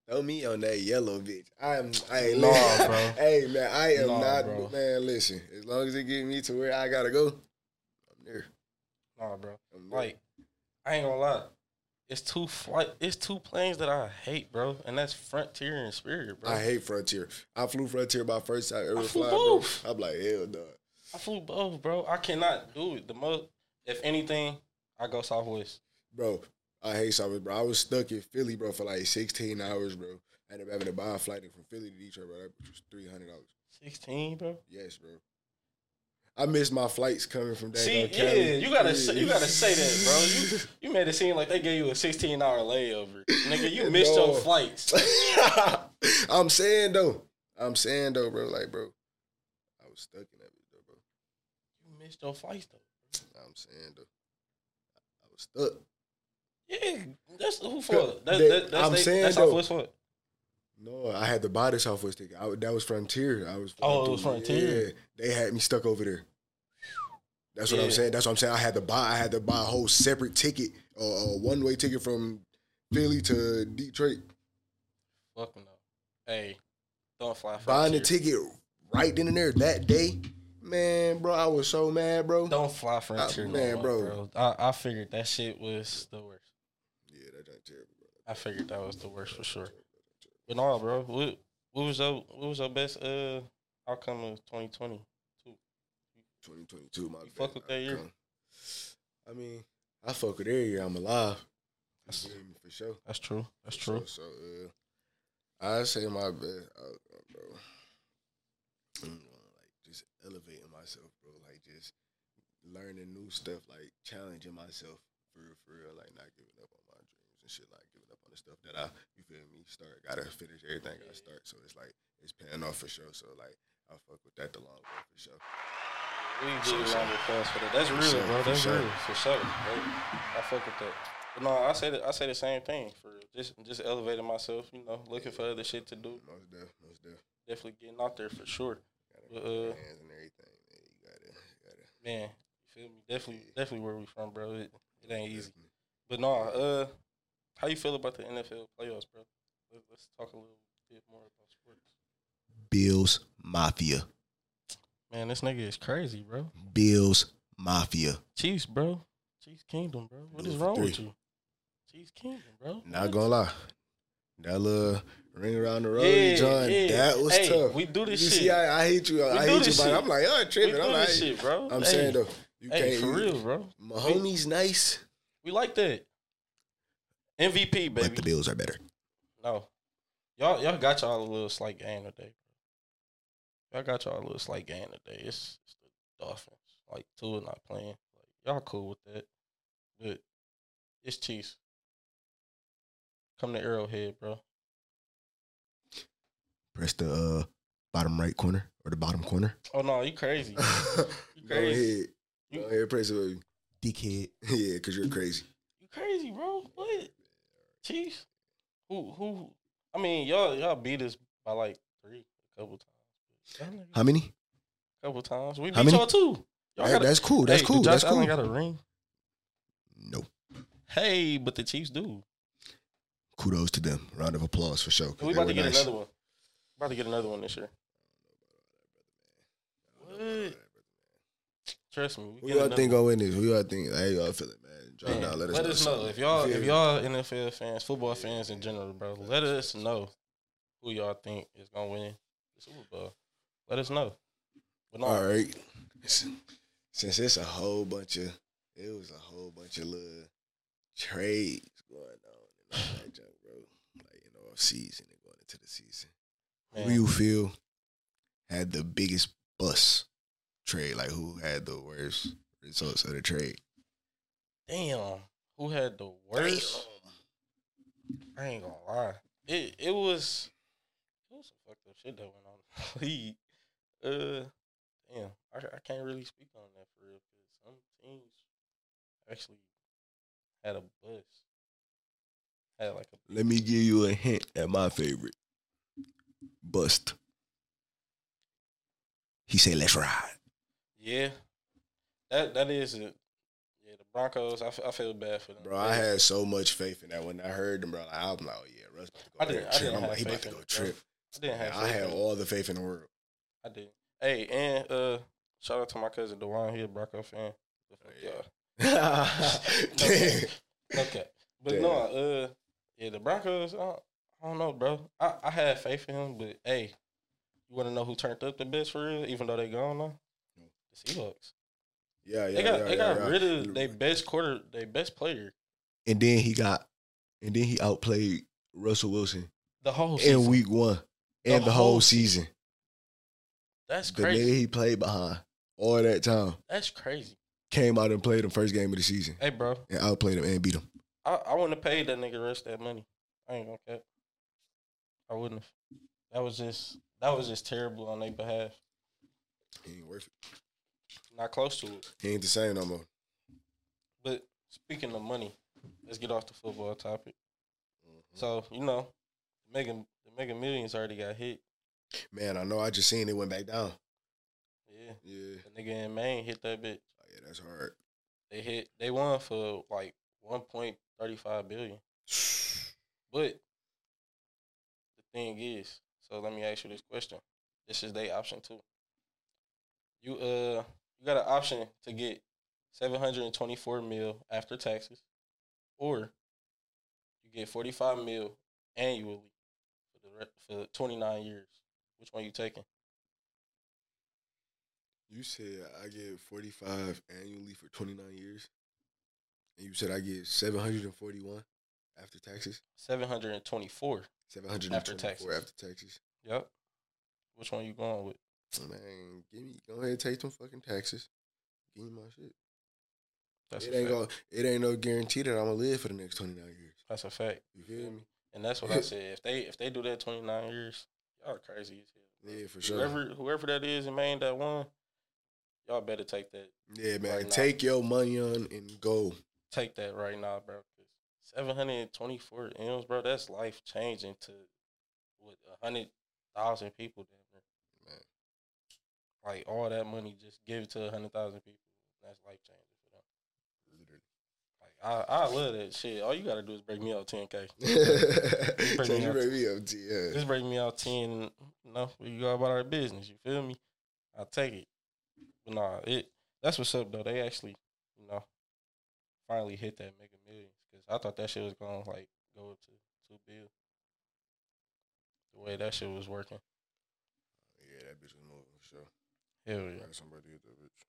[SPEAKER 3] Throw me on that yellow bitch. I'm, I ain't
[SPEAKER 2] Nah,
[SPEAKER 3] listen-
[SPEAKER 2] bro.
[SPEAKER 3] Hey man, I am
[SPEAKER 2] Nah,
[SPEAKER 3] not
[SPEAKER 2] bro.
[SPEAKER 3] man. Listen, as long as it get me to where I gotta go, I'm there.
[SPEAKER 2] Nah, bro.
[SPEAKER 3] I'm there.
[SPEAKER 2] Like, I ain't gonna lie. It's two flight. It's two planes that I hate, bro. And that's Frontier and Spirit, bro.
[SPEAKER 3] I
[SPEAKER 2] I,
[SPEAKER 3] hate Frontier. I flew Frontier my first time ever
[SPEAKER 2] flew
[SPEAKER 3] flying. Bro.
[SPEAKER 2] both.
[SPEAKER 3] I'm like hell no.
[SPEAKER 2] flew both, bro. I cannot do it. The most, if anything, I go Southwest.
[SPEAKER 3] bro. I hate Southwest, bro. I was stuck in Philly, bro, for like 16 hours, bro. I ended up having to buy a flight from Philly to Detroit, bro. That was three hundred dollars.
[SPEAKER 2] Sixteen, bro.
[SPEAKER 3] Yes, bro. I missed my flights coming from that.
[SPEAKER 2] See, yeah, you gotta say, you gotta say that, bro. You you made it seem like they gave you a sixteen hour layover, nigga. You missed
[SPEAKER 3] No.
[SPEAKER 2] your flights.
[SPEAKER 3] I'm saying though, I'm saying though, bro. Like, bro, I was stuck in that bitch, though, bro.
[SPEAKER 2] You missed your flights though.
[SPEAKER 3] I'm saying though, I was stuck.
[SPEAKER 2] Yeah, that's who fault. That,
[SPEAKER 3] They-
[SPEAKER 2] that, that's
[SPEAKER 3] I'm
[SPEAKER 2] they,
[SPEAKER 3] saying,
[SPEAKER 2] that's
[SPEAKER 3] though.
[SPEAKER 2] Southwest fault.
[SPEAKER 3] No, I had to buy the Southwest ticket. I, that was Frontier. I was.
[SPEAKER 2] Oh, it
[SPEAKER 3] flying
[SPEAKER 2] was
[SPEAKER 3] through-
[SPEAKER 2] Frontier.
[SPEAKER 3] Yeah, they had me stuck over there. That's what
[SPEAKER 2] Yeah.
[SPEAKER 3] I'm saying. That's what I'm saying. I had to buy. I had to buy a whole separate ticket, or a one way ticket from Philly to Detroit.
[SPEAKER 2] Fuck no. Hey, don't fly.
[SPEAKER 3] Buying the
[SPEAKER 2] Frontier.
[SPEAKER 3] ticket right then and there that day, man, bro. I was so mad, bro.
[SPEAKER 2] Don't fly Frontier,
[SPEAKER 3] Uh,
[SPEAKER 2] no
[SPEAKER 3] man,
[SPEAKER 2] more,
[SPEAKER 3] bro.
[SPEAKER 2] bro. I, I figured that shit was the worst.
[SPEAKER 3] Yeah, that's not terrible, bro.
[SPEAKER 2] I figured that was the worst for sure. But no, bro. What what was your what was your best uh outcome of twenty twenty?
[SPEAKER 3] 2022, my
[SPEAKER 2] You fuck
[SPEAKER 3] best
[SPEAKER 2] with that year?
[SPEAKER 3] outcome. I mean, I fuck with every year. I'm alive. You feel me? For sure.
[SPEAKER 2] That's true. That's
[SPEAKER 3] For
[SPEAKER 2] true.
[SPEAKER 3] sure. So, uh, I say my best, out, uh, bro. I'm gonna, like just elevating myself, bro. Like just learning new stuff, like challenging myself for real, for real. Like not giving up on my dreams and shit. Like giving up on the stuff that I, you feel me? Start gotta finish everything I start. So it's like it's paying off for sure. So like I fuck with that the long way for sure.
[SPEAKER 2] We can
[SPEAKER 3] For
[SPEAKER 2] get
[SPEAKER 3] sure.
[SPEAKER 2] around the class for that. That's
[SPEAKER 3] For
[SPEAKER 2] real,
[SPEAKER 3] sure,
[SPEAKER 2] bro.
[SPEAKER 3] for
[SPEAKER 2] That's
[SPEAKER 3] sure.
[SPEAKER 2] real for sure. Bro. I fuck with that. But no, I say the, I say the same thing for real. just just elevating myself. You know, looking for other shit to do.
[SPEAKER 3] Most def, most def.
[SPEAKER 2] Definitely getting out there for sure.
[SPEAKER 3] Gotta
[SPEAKER 2] But,
[SPEAKER 3] get your
[SPEAKER 2] uh,
[SPEAKER 3] hands and everything. Man. You gotta, you gotta.
[SPEAKER 2] Man, you feel me? Definitely,
[SPEAKER 3] Yeah.
[SPEAKER 2] definitely where we from, bro. It, it ain't easy.
[SPEAKER 3] definitely.
[SPEAKER 2] But no, uh, how you feel about the NFL playoffs, bro? Let, let's talk a little bit more about sports.
[SPEAKER 1] Bills Mafia.
[SPEAKER 2] Man, this nigga is crazy, bro.
[SPEAKER 1] Bills Mafia.
[SPEAKER 2] Chiefs, bro. Chiefs Kingdom, bro. What
[SPEAKER 3] Blue
[SPEAKER 2] is
[SPEAKER 3] for
[SPEAKER 2] wrong with
[SPEAKER 3] three.
[SPEAKER 2] you? Chiefs Kingdom, bro.
[SPEAKER 3] Not
[SPEAKER 2] What?
[SPEAKER 3] gonna lie, that little ring around the road,
[SPEAKER 2] Yeah,
[SPEAKER 3] John,
[SPEAKER 2] yeah.
[SPEAKER 3] that was
[SPEAKER 2] Hey,
[SPEAKER 3] tough.
[SPEAKER 2] we do this
[SPEAKER 3] you
[SPEAKER 2] shit.
[SPEAKER 3] See, I, I hate you.
[SPEAKER 2] We
[SPEAKER 3] I
[SPEAKER 2] do
[SPEAKER 3] hate you.
[SPEAKER 2] this
[SPEAKER 3] But
[SPEAKER 2] shit.
[SPEAKER 3] I'm like, oh,
[SPEAKER 2] we
[SPEAKER 3] tripping.
[SPEAKER 2] do
[SPEAKER 3] I'm like,
[SPEAKER 2] this shit, bro.
[SPEAKER 3] I'm
[SPEAKER 2] Hey,
[SPEAKER 3] saying though, you
[SPEAKER 2] hey,
[SPEAKER 3] can't.
[SPEAKER 2] for
[SPEAKER 3] you-
[SPEAKER 2] real, bro.
[SPEAKER 3] Mahomes nice.
[SPEAKER 2] We like that. MVP,
[SPEAKER 1] But
[SPEAKER 2] baby.
[SPEAKER 1] the Bills are better.
[SPEAKER 2] No, y'all, y'all got y'all a little slight game today. Y'all got y'all a little slight game today. It's, it's the Dolphins. Like Tua not playing. Like y'all cool with that, but it's Chiefs. Come to Arrowhead, bro.
[SPEAKER 1] Press the uh, bottom right corner or the bottom corner.
[SPEAKER 2] Oh no, you crazy.
[SPEAKER 3] Go
[SPEAKER 2] crazy.
[SPEAKER 3] ahead.
[SPEAKER 2] You-
[SPEAKER 3] Go ahead, praise the Lord.
[SPEAKER 1] Dickhead.
[SPEAKER 3] Yeah, because you're crazy.
[SPEAKER 2] You crazy, bro? What? Chiefs? Who? Who? I mean, y'all y'all beat us by like three a couple times. Y'all niggas-
[SPEAKER 1] How many?
[SPEAKER 2] couple times. We
[SPEAKER 1] How
[SPEAKER 2] beat
[SPEAKER 1] many?
[SPEAKER 2] y'all too. Y'all
[SPEAKER 1] That-
[SPEAKER 2] got a,
[SPEAKER 1] that's cool. That's
[SPEAKER 2] hey,
[SPEAKER 1] cool.
[SPEAKER 2] Josh
[SPEAKER 1] That's cool.
[SPEAKER 2] Allen got a ring.
[SPEAKER 1] no.
[SPEAKER 2] Hey, but the Chiefs do.
[SPEAKER 1] Kudos to them. Round of applause for sure. 'cause
[SPEAKER 2] We
[SPEAKER 1] they
[SPEAKER 2] about
[SPEAKER 1] were
[SPEAKER 2] to get
[SPEAKER 1] nice.
[SPEAKER 2] another one. About to get another one this year. What? Trust me.
[SPEAKER 3] Who
[SPEAKER 2] We get
[SPEAKER 3] y'all
[SPEAKER 2] another
[SPEAKER 3] think
[SPEAKER 2] one.
[SPEAKER 3] gonna win this? Who y'all think? How y'all feeling, man? Drop
[SPEAKER 2] Man,
[SPEAKER 3] down. Let us know.
[SPEAKER 2] know. If y'all
[SPEAKER 3] Yeah.
[SPEAKER 2] if y'all NFL fans, football fans in general, bro, let us know who y'all think is gonna win the Super Bowl. Let us know. But no,
[SPEAKER 3] All right. Since it's a whole bunch of, it was a whole bunch of little trades going on and all that junk, bro. Like in the off season and going into the season.
[SPEAKER 2] man,
[SPEAKER 1] Who you feel had the biggest bust trade? Like who had the worst results of the trade?
[SPEAKER 2] damn, who had the worst? I ain't gonna lie. It it was it was some fucked up shit that went on. in the league. uh, damn, I I can't really speak on that for real because some teams actually had a bust. Had like a
[SPEAKER 1] Let me give you a hint at my favorite. Bust. He say, "Let's ride."
[SPEAKER 2] yeah. That that is it. Yeah, the Broncos. I, f- I feel bad for them.
[SPEAKER 3] Bro, I
[SPEAKER 2] They-
[SPEAKER 3] had so much faith in that when I heard them, bro. Like, I'm like, oh yeah, Russ about to go
[SPEAKER 2] I didn't-
[SPEAKER 3] there,
[SPEAKER 2] I
[SPEAKER 3] trip.
[SPEAKER 2] didn't
[SPEAKER 3] I'm
[SPEAKER 2] have
[SPEAKER 3] like, he about
[SPEAKER 2] faith
[SPEAKER 3] to
[SPEAKER 2] in
[SPEAKER 3] go
[SPEAKER 2] it, bro.
[SPEAKER 3] trip.
[SPEAKER 2] I didn't have.
[SPEAKER 3] I
[SPEAKER 2] faith
[SPEAKER 3] had
[SPEAKER 2] in-
[SPEAKER 3] all the faith in the world.
[SPEAKER 2] I did. Hey, and uh, shout out to my cousin Dewan. He a Bronco fan. The fuck
[SPEAKER 3] Oh, Yeah.
[SPEAKER 2] y'all.
[SPEAKER 3] Damn.
[SPEAKER 2] Okay. But
[SPEAKER 3] Damn.
[SPEAKER 2] no, uh, yeah, the Broncos, I don't, I don't know, bro. I, I had faith in him, but hey, you want to know who turned up the best for real, even though they gone now?
[SPEAKER 3] Who?
[SPEAKER 2] The Seahawks.
[SPEAKER 3] Yeah, yeah,
[SPEAKER 2] they got
[SPEAKER 3] yeah,
[SPEAKER 2] they
[SPEAKER 3] yeah,
[SPEAKER 2] got
[SPEAKER 3] yeah.
[SPEAKER 2] rid of their best quarter, their best player
[SPEAKER 1] And then he got, and then he outplayed Russell Wilson
[SPEAKER 2] the whole season.
[SPEAKER 1] in week one
[SPEAKER 2] The
[SPEAKER 1] and the
[SPEAKER 2] whole
[SPEAKER 1] whole season.
[SPEAKER 2] That's
[SPEAKER 1] The nigga
[SPEAKER 2] crazy.
[SPEAKER 1] he played behind all that time
[SPEAKER 2] That's crazy.
[SPEAKER 1] came out and played him first game of the season
[SPEAKER 2] Hey, bro,
[SPEAKER 1] and outplayed him and beat him.
[SPEAKER 2] I, I wouldn't have paid that nigga the rest of that money. I ain't gonna cap. I wouldn't have. That was just that was just terrible on their behalf.
[SPEAKER 3] He ain't worth it.
[SPEAKER 2] Not close to it.
[SPEAKER 3] He ain't the same no more.
[SPEAKER 2] But speaking of money, let's get off the football topic.
[SPEAKER 3] Mm-hmm.
[SPEAKER 2] So you know, the Mega the Mega Millions already got hit.
[SPEAKER 3] Man, I know. I just seen it went back down.
[SPEAKER 2] Yeah,
[SPEAKER 3] Yeah,
[SPEAKER 2] the nigga in Maine hit that bitch.
[SPEAKER 3] oh, yeah, that's hard.
[SPEAKER 2] They hit. They won for like one point thirty five billion. But the thing is, so let me ask you this question. This is their option too. You uh, you got an option to get seven hundred and twenty four mil after taxes, or you get forty five mil annually for the re- for twenty nine years. Which one you taking?
[SPEAKER 3] You said I get forty five annually for twenty nine years, and you said I get seven hundred and forty one. after taxes?
[SPEAKER 2] Seven hundred and twenty-four.
[SPEAKER 3] Seven hundred after
[SPEAKER 2] taxes.
[SPEAKER 3] taxes. After taxes. Oh,
[SPEAKER 2] Yep. Which one you going with?
[SPEAKER 3] Man, give me go ahead and take some fucking taxes. Give me my shit.
[SPEAKER 2] That's
[SPEAKER 3] it
[SPEAKER 2] a
[SPEAKER 3] ain't
[SPEAKER 2] fact.
[SPEAKER 3] go, it ain't no guarantee that I'm gonna live for the next twenty nine years.
[SPEAKER 2] That's a fact.
[SPEAKER 3] You feel me?
[SPEAKER 2] And that's what I said. If they if they do that twenty nine years, y'all crazy as hell.
[SPEAKER 3] Yeah, for sure.
[SPEAKER 2] Whoever whoever that is in Maine that won, y'all better take that
[SPEAKER 3] yeah, man.
[SPEAKER 2] Right now.
[SPEAKER 3] take your money on and go.
[SPEAKER 2] take that right now, bro. Seven hundred and twenty four M's, bro. That's life changing to what hundred thousand people. Damn near.
[SPEAKER 3] Man.
[SPEAKER 2] Like all that money, just give it to hundred thousand people. That's life changing for them. Like I, I love that shit. All you gotta do is break me out ten k.
[SPEAKER 3] Literally.
[SPEAKER 2] Bring
[SPEAKER 3] so
[SPEAKER 2] me
[SPEAKER 3] you
[SPEAKER 2] up.
[SPEAKER 3] bring me up to yeah.
[SPEAKER 2] Just break me out ten. You know, we go about our business. You feel me? I take it. But nah, it. That's what's up though. They actually, you know, finally hit that mega millions because I thought that shit was gonna like go up to two bill. The way that shit was working.
[SPEAKER 3] Yeah, that bitch was moving for sure.
[SPEAKER 2] Hell yeah.
[SPEAKER 3] somebody hit that bitch.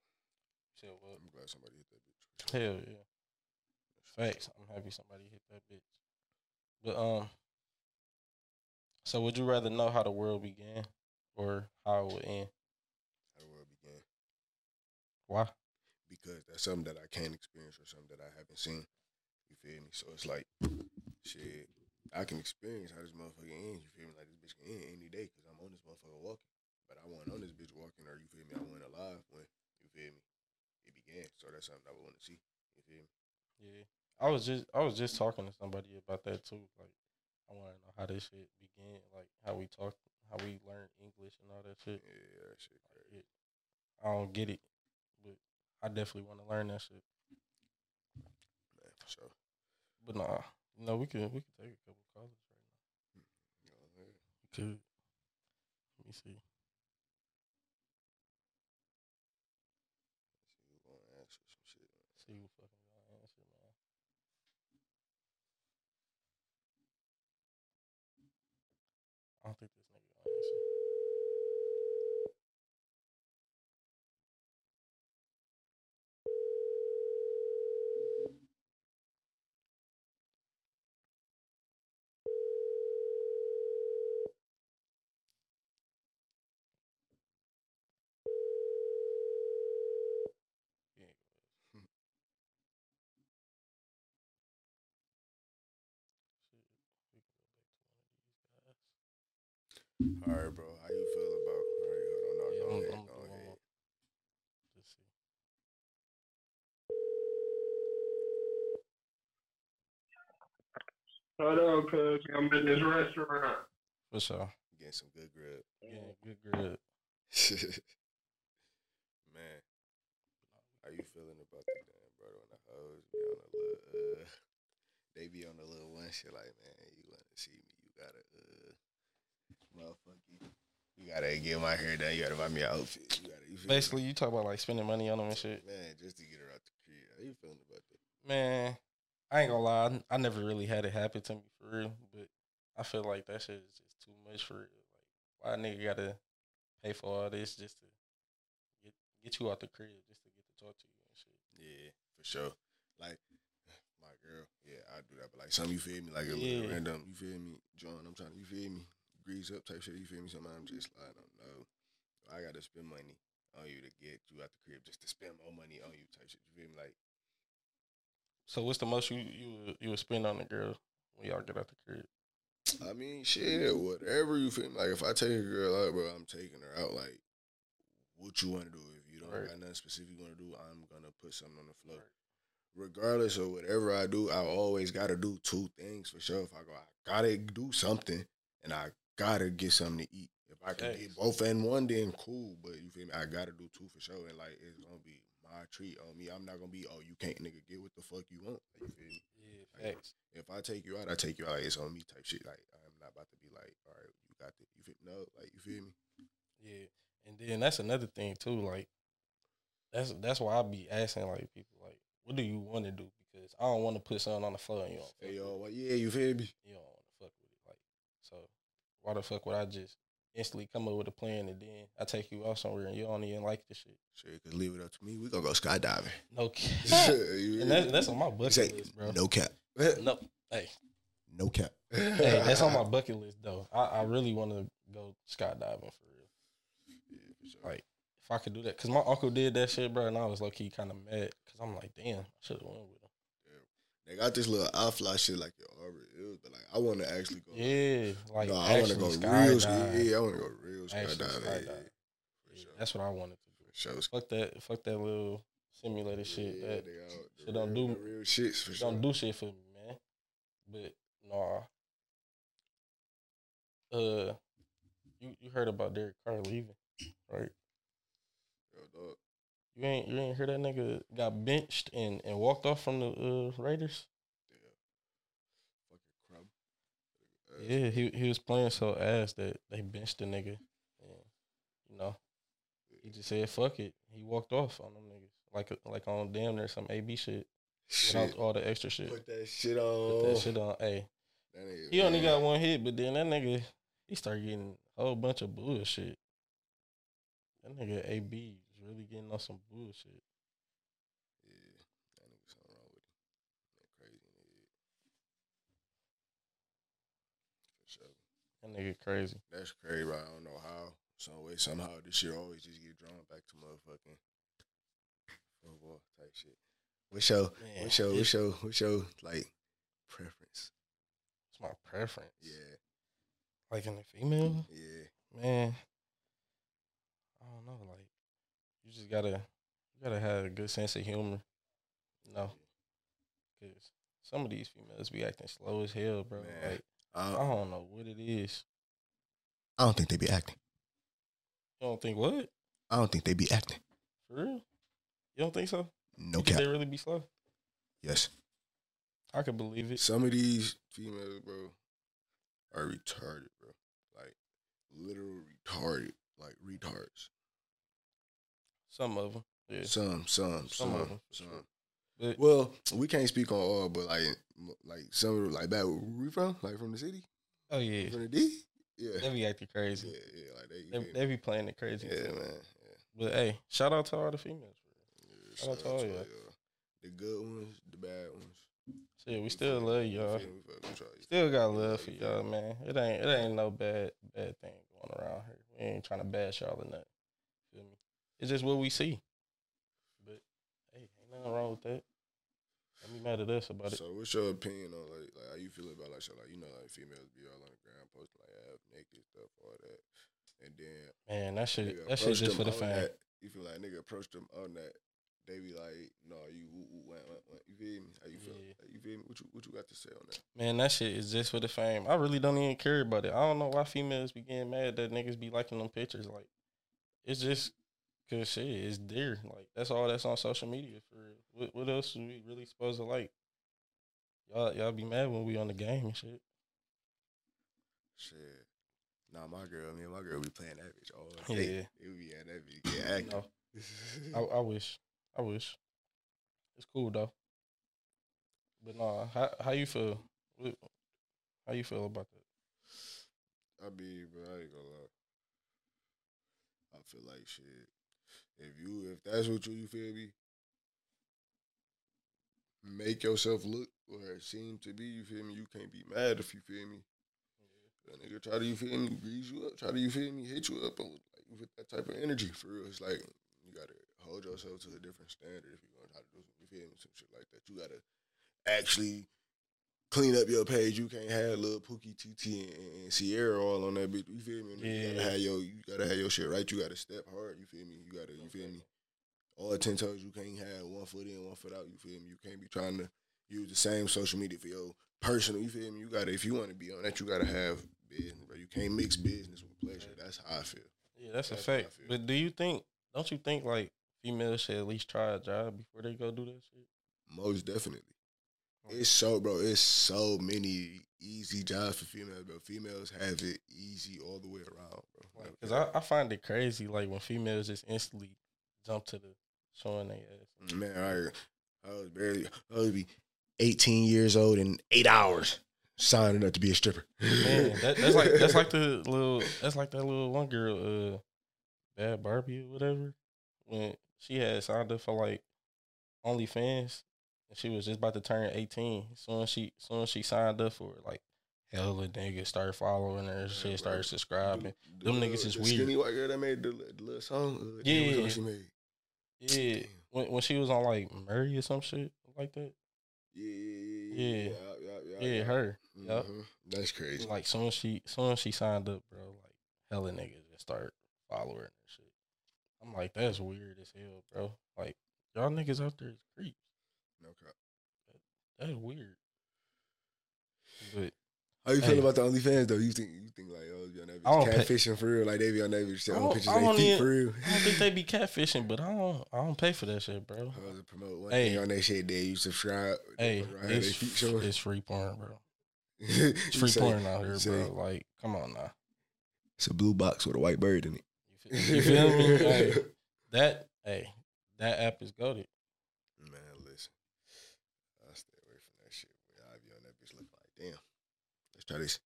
[SPEAKER 2] Shit was.
[SPEAKER 3] glad somebody hit that bitch.
[SPEAKER 2] Hell yeah. Facts. I'm happy somebody hit that bitch. But um. So would you rather know how the world began or how it would end?
[SPEAKER 3] How the world began.
[SPEAKER 2] Why?
[SPEAKER 3] because that's something that I can't experience or something that I haven't seen. You feel me? So it's like, shit, I can experience how this motherfucker ends. You feel me? Like this bitch can end any day because I'm on this motherfucker walking. But I wasn't on this bitch walking, or you feel me? I wasn't alive when you feel me. It began. So that's something I would want to see. You feel me?
[SPEAKER 2] Yeah, I was just I was just talking to somebody about that too. Like, I want to know how this shit began, like how we talk, how we learn English and all that shit.
[SPEAKER 3] Yeah, that shit.
[SPEAKER 2] Like, it, I don't get it, but I definitely want to learn that shit.
[SPEAKER 3] Man, for sure.
[SPEAKER 2] But nah, no, we could we could take a couple calls right
[SPEAKER 3] You know what I'm saying?
[SPEAKER 2] now. We could. Let me see.
[SPEAKER 3] See who gonna answer some shit.
[SPEAKER 2] See who fucking gonna answer, man. I don't think this nigga gonna answer.
[SPEAKER 3] All right, bro. How you feel about? All right, hold on.
[SPEAKER 2] Yeah,
[SPEAKER 3] No,
[SPEAKER 2] I'm-
[SPEAKER 3] go
[SPEAKER 2] I'm
[SPEAKER 3] ahead. Oh, Go
[SPEAKER 2] cool, I'm
[SPEAKER 3] ahead.
[SPEAKER 2] up. Let's see.
[SPEAKER 4] Hold on, cuz I'm in this restaurant.
[SPEAKER 2] For sure.
[SPEAKER 3] Getting some good grub.
[SPEAKER 2] Yeah, good grip.
[SPEAKER 3] Man, how you feeling about the damn brother and the hoes be on a little uh they be on the little one shit like man, you wanna see me, you gotta uh motherfucker. You gotta get my hair done, you gotta buy me an outfit. You gotta you feel me?
[SPEAKER 2] Basically, you talk about like spending money on them and shit.
[SPEAKER 3] man, just to get her out the crib. How you feeling about that?
[SPEAKER 2] Man, I ain't gonna lie. I- I never really had it happen to me for real, but I feel like that shit is just too much for real. Like, why a nigga gotta pay for all this just to get get you out the crib, just to get to talk to you and shit.
[SPEAKER 3] Yeah, for sure. Like my girl, yeah, I do that. But like some, you feel me? Like a
[SPEAKER 2] Yeah.
[SPEAKER 3] little random, you feel me? John, I'm trying to, you feel me? Grease up type shit, you feel me? Sometimes I'm just like, I don't know. I gotta spend money on you to get you out the crib, just to spend more money on you type shit. You feel me? Like
[SPEAKER 2] So, what's the most you you would- you would spend on a girl when y'all get out the crib?
[SPEAKER 3] I mean, shit, whatever you feel. Like, if I take a girl out, bro, I'm taking her out. Like, what you want to do? If you don't
[SPEAKER 2] Right.
[SPEAKER 3] got nothing specific you want to do, I'm gonna put something on the floor.
[SPEAKER 2] Right.
[SPEAKER 3] Regardless of whatever I do, I always gotta do two things for sure. If I go, I gotta do something, and I gotta get something to eat. If I can
[SPEAKER 2] Thanks.
[SPEAKER 3] get both and one, then cool. But you feel me? I gotta do two for sure. And like, it's gonna be my treat on me. I'm not gonna be, oh, you can't, nigga, get what the fuck you want. Like, you feel me?
[SPEAKER 2] Yeah,
[SPEAKER 3] Like,
[SPEAKER 2] facts.
[SPEAKER 3] if I take you out, I take you out. Like, it's on me type shit. Like I'm not about to be like, all right, you got the, you feel no, like you feel me?
[SPEAKER 2] Yeah, and then that's another thing too. Like, that's that's why I be asking like people like, what do you want to do? Because I don't want to put something on the floor and you don't. fuck
[SPEAKER 3] Hey
[SPEAKER 2] with
[SPEAKER 3] yo,
[SPEAKER 2] it.
[SPEAKER 3] what? Yeah, you feel me?
[SPEAKER 2] you don't want to fuck with it. Like, so why the fuck would I just instantly come up with a plan and then I take you out somewhere and you don't even like the shit?
[SPEAKER 3] Sure, cause leave it up to me. We gonna go skydiving.
[SPEAKER 2] No cap.
[SPEAKER 3] You
[SPEAKER 2] and that's
[SPEAKER 3] feel me?
[SPEAKER 2] that's on my
[SPEAKER 3] You
[SPEAKER 2] bucket
[SPEAKER 3] say,
[SPEAKER 2] list, bro.
[SPEAKER 3] no cap.
[SPEAKER 2] No, hey,
[SPEAKER 1] No cap.
[SPEAKER 2] Hey, that's on my bucket list though. I, I really want to go skydiving for real. Like if I could do that, cause my uncle did that shit, bro, and I was low key kind of mad, cause I'm like, damn, I should have went with him.
[SPEAKER 3] They got this little outfly shit like your Auburn Hills, but like I want to actually go.
[SPEAKER 2] Yeah, like
[SPEAKER 3] Oh. no, I want
[SPEAKER 2] actually
[SPEAKER 3] to go real.
[SPEAKER 2] skydive.
[SPEAKER 3] sk- Yeah, I want to go real
[SPEAKER 2] Actually
[SPEAKER 3] skydiving. Yeah,
[SPEAKER 2] skydive.
[SPEAKER 3] yeah, for
[SPEAKER 2] Yeah,
[SPEAKER 3] sure.
[SPEAKER 2] That's what I wanted to do.
[SPEAKER 3] For sure.
[SPEAKER 2] Fuck that, fuck that little simulated shit.
[SPEAKER 3] Yeah,
[SPEAKER 2] that
[SPEAKER 3] they out. The
[SPEAKER 2] shit don't
[SPEAKER 3] real-
[SPEAKER 2] do-
[SPEAKER 3] the real shits for sure.
[SPEAKER 2] don't do shit for me, man. But nah. Uh, you you heard about Derek Carr leaving, right?
[SPEAKER 3] Yo, dog.
[SPEAKER 2] You ain't you ain't hear that nigga got benched and, and walked off from the uh, Raiders.
[SPEAKER 3] Fucking crumb. Uh,
[SPEAKER 2] Yeah, he he was playing so ass that they benched the nigga. And, you know, he just said fuck it. He walked off on them niggas like like on damn near some AB shit
[SPEAKER 3] Shit. oh.
[SPEAKER 2] without all the extra shit.
[SPEAKER 3] Put that shit
[SPEAKER 2] Put
[SPEAKER 3] on.
[SPEAKER 2] that shit on. Hey,
[SPEAKER 3] That nigga,
[SPEAKER 2] He only
[SPEAKER 3] man.
[SPEAKER 2] got one hit, but then that nigga he started getting a whole bunch of bullshit. That nigga AB is really getting on some bullshit.
[SPEAKER 3] Yeah, that nigga something wrong with him. That crazy nigga. For sure.
[SPEAKER 2] That nigga crazy.
[SPEAKER 3] That's crazy, bro. I don't know how, some way, somehow this shit always just get drawn back to motherfucking football type shit. What's your,
[SPEAKER 2] Man,
[SPEAKER 3] what's your, what's
[SPEAKER 2] it's,
[SPEAKER 3] your, what's your like preference?
[SPEAKER 2] it's my preference.
[SPEAKER 3] Yeah,
[SPEAKER 2] Like in the female,
[SPEAKER 3] yeah.
[SPEAKER 2] man. I don't know. Like you just gotta you gotta have a good sense of humor. You know, because some of these females be acting slow as hell, bro.
[SPEAKER 3] Man. uh
[SPEAKER 2] Like
[SPEAKER 3] I
[SPEAKER 2] I
[SPEAKER 3] don't,
[SPEAKER 2] don't know what it is.
[SPEAKER 3] I don't think they be acting.
[SPEAKER 2] You don't think what?
[SPEAKER 3] I don't think they be acting.
[SPEAKER 2] For real? You don't think so?
[SPEAKER 3] No
[SPEAKER 2] Could
[SPEAKER 3] cap.
[SPEAKER 2] they really be slow?
[SPEAKER 3] Yes.
[SPEAKER 2] I could believe it.
[SPEAKER 3] Some of these females, bro, are retarded, bro. Like literal retarded, like retards.
[SPEAKER 2] Some of them. Yeah.
[SPEAKER 3] Some, some, some,
[SPEAKER 2] Some of
[SPEAKER 3] some.
[SPEAKER 2] them, for sure. But
[SPEAKER 3] Well, we can't speak on all, but like, m- like some, of the- like back where we from, like from the city,
[SPEAKER 2] oh yeah,
[SPEAKER 3] from the D. Yeah, yeah,
[SPEAKER 2] they be acting
[SPEAKER 3] yeah.
[SPEAKER 2] crazy.
[SPEAKER 3] Like they,
[SPEAKER 2] They, they be playing it crazy.
[SPEAKER 3] yeah,
[SPEAKER 2] too.
[SPEAKER 3] man.
[SPEAKER 2] But hey, shout out to all the females.
[SPEAKER 3] Yeah,
[SPEAKER 2] Shout out to all
[SPEAKER 3] so,
[SPEAKER 2] y'all.
[SPEAKER 3] yeah. The good ones, the bad ones.
[SPEAKER 2] So yeah, we still love y'all.
[SPEAKER 3] feel me? We fuck with y'all.
[SPEAKER 2] Still got love for y'all, man. It ain't it ain't no bad bad thing going around here. We ain't trying to bash y'all or nothing. Feel me? It's just what we see. But hey, ain't nothing wrong with that. Don't be mad at us about it.
[SPEAKER 3] So what's your opinion on like like how you feel about like shit like you know like females be all on the ground posting like half naked stuff all that, and then
[SPEAKER 2] Man, that shit
[SPEAKER 3] nigga
[SPEAKER 2] that shit
[SPEAKER 3] approach
[SPEAKER 2] just for
[SPEAKER 3] them
[SPEAKER 2] the
[SPEAKER 3] on
[SPEAKER 2] fame.
[SPEAKER 3] that. You feel like nigga approach them on that, they be like, no, you ooh, ooh, wah, wah, wah." you feel me? How you feel?
[SPEAKER 2] Yeah.
[SPEAKER 3] Like, you feel me? What you what you got to say on that?
[SPEAKER 2] Man, that shit is just for the fame. I really don't even care about it. I don't know why females be getting mad that niggas be liking them pictures. Like, it's just cause shit, it's there. Like, that's all that's on social media for real. What, what else are we really supposed to like? Y'all, y'all be mad when we on the game and shit.
[SPEAKER 3] Shit. Nah, my girl, me and my girl be playing that bitch all
[SPEAKER 2] Yeah,
[SPEAKER 3] day. It would be at that bitch get active.
[SPEAKER 2] no, I, I wish, I wish. It's cool though. But nah, how how you feel? What, how you feel about that?
[SPEAKER 3] I be, bro. I ain't gonna lie. I feel like shit. If you, if that's what you, you feel me. Make yourself look or seem to be. You feel me? You can't be mad if you feel me. That nigga try to you feel me grease you up. Try to you feel me hit you up and like, with that type of energy for real. It's like you gotta hold yourself to a different standard if you're gonna try to do some, you feel me some shit like that. You gotta actually clean up your page. You can't have little Pookie TT and, and Sierra all on that bitch. You feel me? You
[SPEAKER 2] Yeah.
[SPEAKER 3] gotta have your you gotta have your shit right. You gotta step hard. You feel me? You gotta you feel me? All ten toes. You can't have one foot in, one foot out. You feel me? You can't be trying to use the same social media for your personal. You feel me? You gotta if you want to be on that, you gotta have business, bro. You can't mix business with pleasure. That's how I feel.
[SPEAKER 2] Yeah, that's,
[SPEAKER 3] That's
[SPEAKER 2] a
[SPEAKER 3] how I
[SPEAKER 2] fact.
[SPEAKER 3] feel.
[SPEAKER 2] But do you think? Don't you think like females should at least try a job before they go do that shit?
[SPEAKER 3] Most definitely. It's so, bro. It's so many easy jobs for females, bro. Females have it easy all the way around, bro. Like,
[SPEAKER 2] because I, I find it crazy like when females just instantly jump to the showing their ass.
[SPEAKER 3] mm, man, I, I was barely, I was be 18 years old in eight hours signing up to be a stripper.
[SPEAKER 2] Man, that, that's like that's like the little that's like that little one girl, uh, bad Barbie or whatever. When she had signed up for like OnlyFans, and she was just about to turn eighteen. Soon as she soon as she signed up for it, like hella niggas start following her, and shit,
[SPEAKER 1] bro.
[SPEAKER 2] start subscribing. Them
[SPEAKER 1] little-
[SPEAKER 2] niggas is
[SPEAKER 1] the
[SPEAKER 2] weird.
[SPEAKER 1] Skinny white girl that made the, li- the little song. Uh,
[SPEAKER 2] Yeah,
[SPEAKER 1] yeah,
[SPEAKER 2] yeah, yeah.
[SPEAKER 1] she made.
[SPEAKER 2] Yeah, when when she was on like Murray or some shit like that.
[SPEAKER 1] Yeah,
[SPEAKER 2] Yeah.
[SPEAKER 1] yeah, yeah, yeah,
[SPEAKER 3] Oh,
[SPEAKER 1] yeah,
[SPEAKER 2] Yeah, her.
[SPEAKER 3] Mm-hmm.
[SPEAKER 2] yup.
[SPEAKER 1] Mhm. That's crazy.
[SPEAKER 2] Like soon as she soon as she signed up, bro, like hella niggas just start following her and shit. I'm like, that's weird as hell, bro. Like y'all niggas out there is creeps.
[SPEAKER 1] No cap.
[SPEAKER 2] That's weird. But
[SPEAKER 3] How you feel
[SPEAKER 2] Hey.
[SPEAKER 3] about the OnlyFans though? You think you think like oh you on that
[SPEAKER 2] I don't
[SPEAKER 3] bitch
[SPEAKER 2] pay-
[SPEAKER 3] catfishing for real? Like they be on that bitch
[SPEAKER 2] I
[SPEAKER 3] selling
[SPEAKER 2] don't-
[SPEAKER 3] pictures
[SPEAKER 2] I
[SPEAKER 3] of their
[SPEAKER 2] don't
[SPEAKER 3] feet
[SPEAKER 2] even-
[SPEAKER 3] for real.
[SPEAKER 2] I don't think they be catfishing, but I don't I don't pay for that shit, bro.
[SPEAKER 3] I was to promote one
[SPEAKER 2] Hey.
[SPEAKER 3] thing on that shit. Then you subscribe.
[SPEAKER 2] Hey,
[SPEAKER 3] right, they
[SPEAKER 2] it's,
[SPEAKER 3] feet showing.
[SPEAKER 2] it's free porn, bro. It's
[SPEAKER 3] You
[SPEAKER 2] free
[SPEAKER 3] say,
[SPEAKER 2] porn out here,
[SPEAKER 3] say,
[SPEAKER 2] bro. Like, come on now.
[SPEAKER 3] It's a blue box with a white bird in it.
[SPEAKER 2] You feel, you feel me? Hey, that hey, that app is goaded.
[SPEAKER 3] Man, listen. I stay away from that shit. I be on that bitch looking like damn. Let's try this.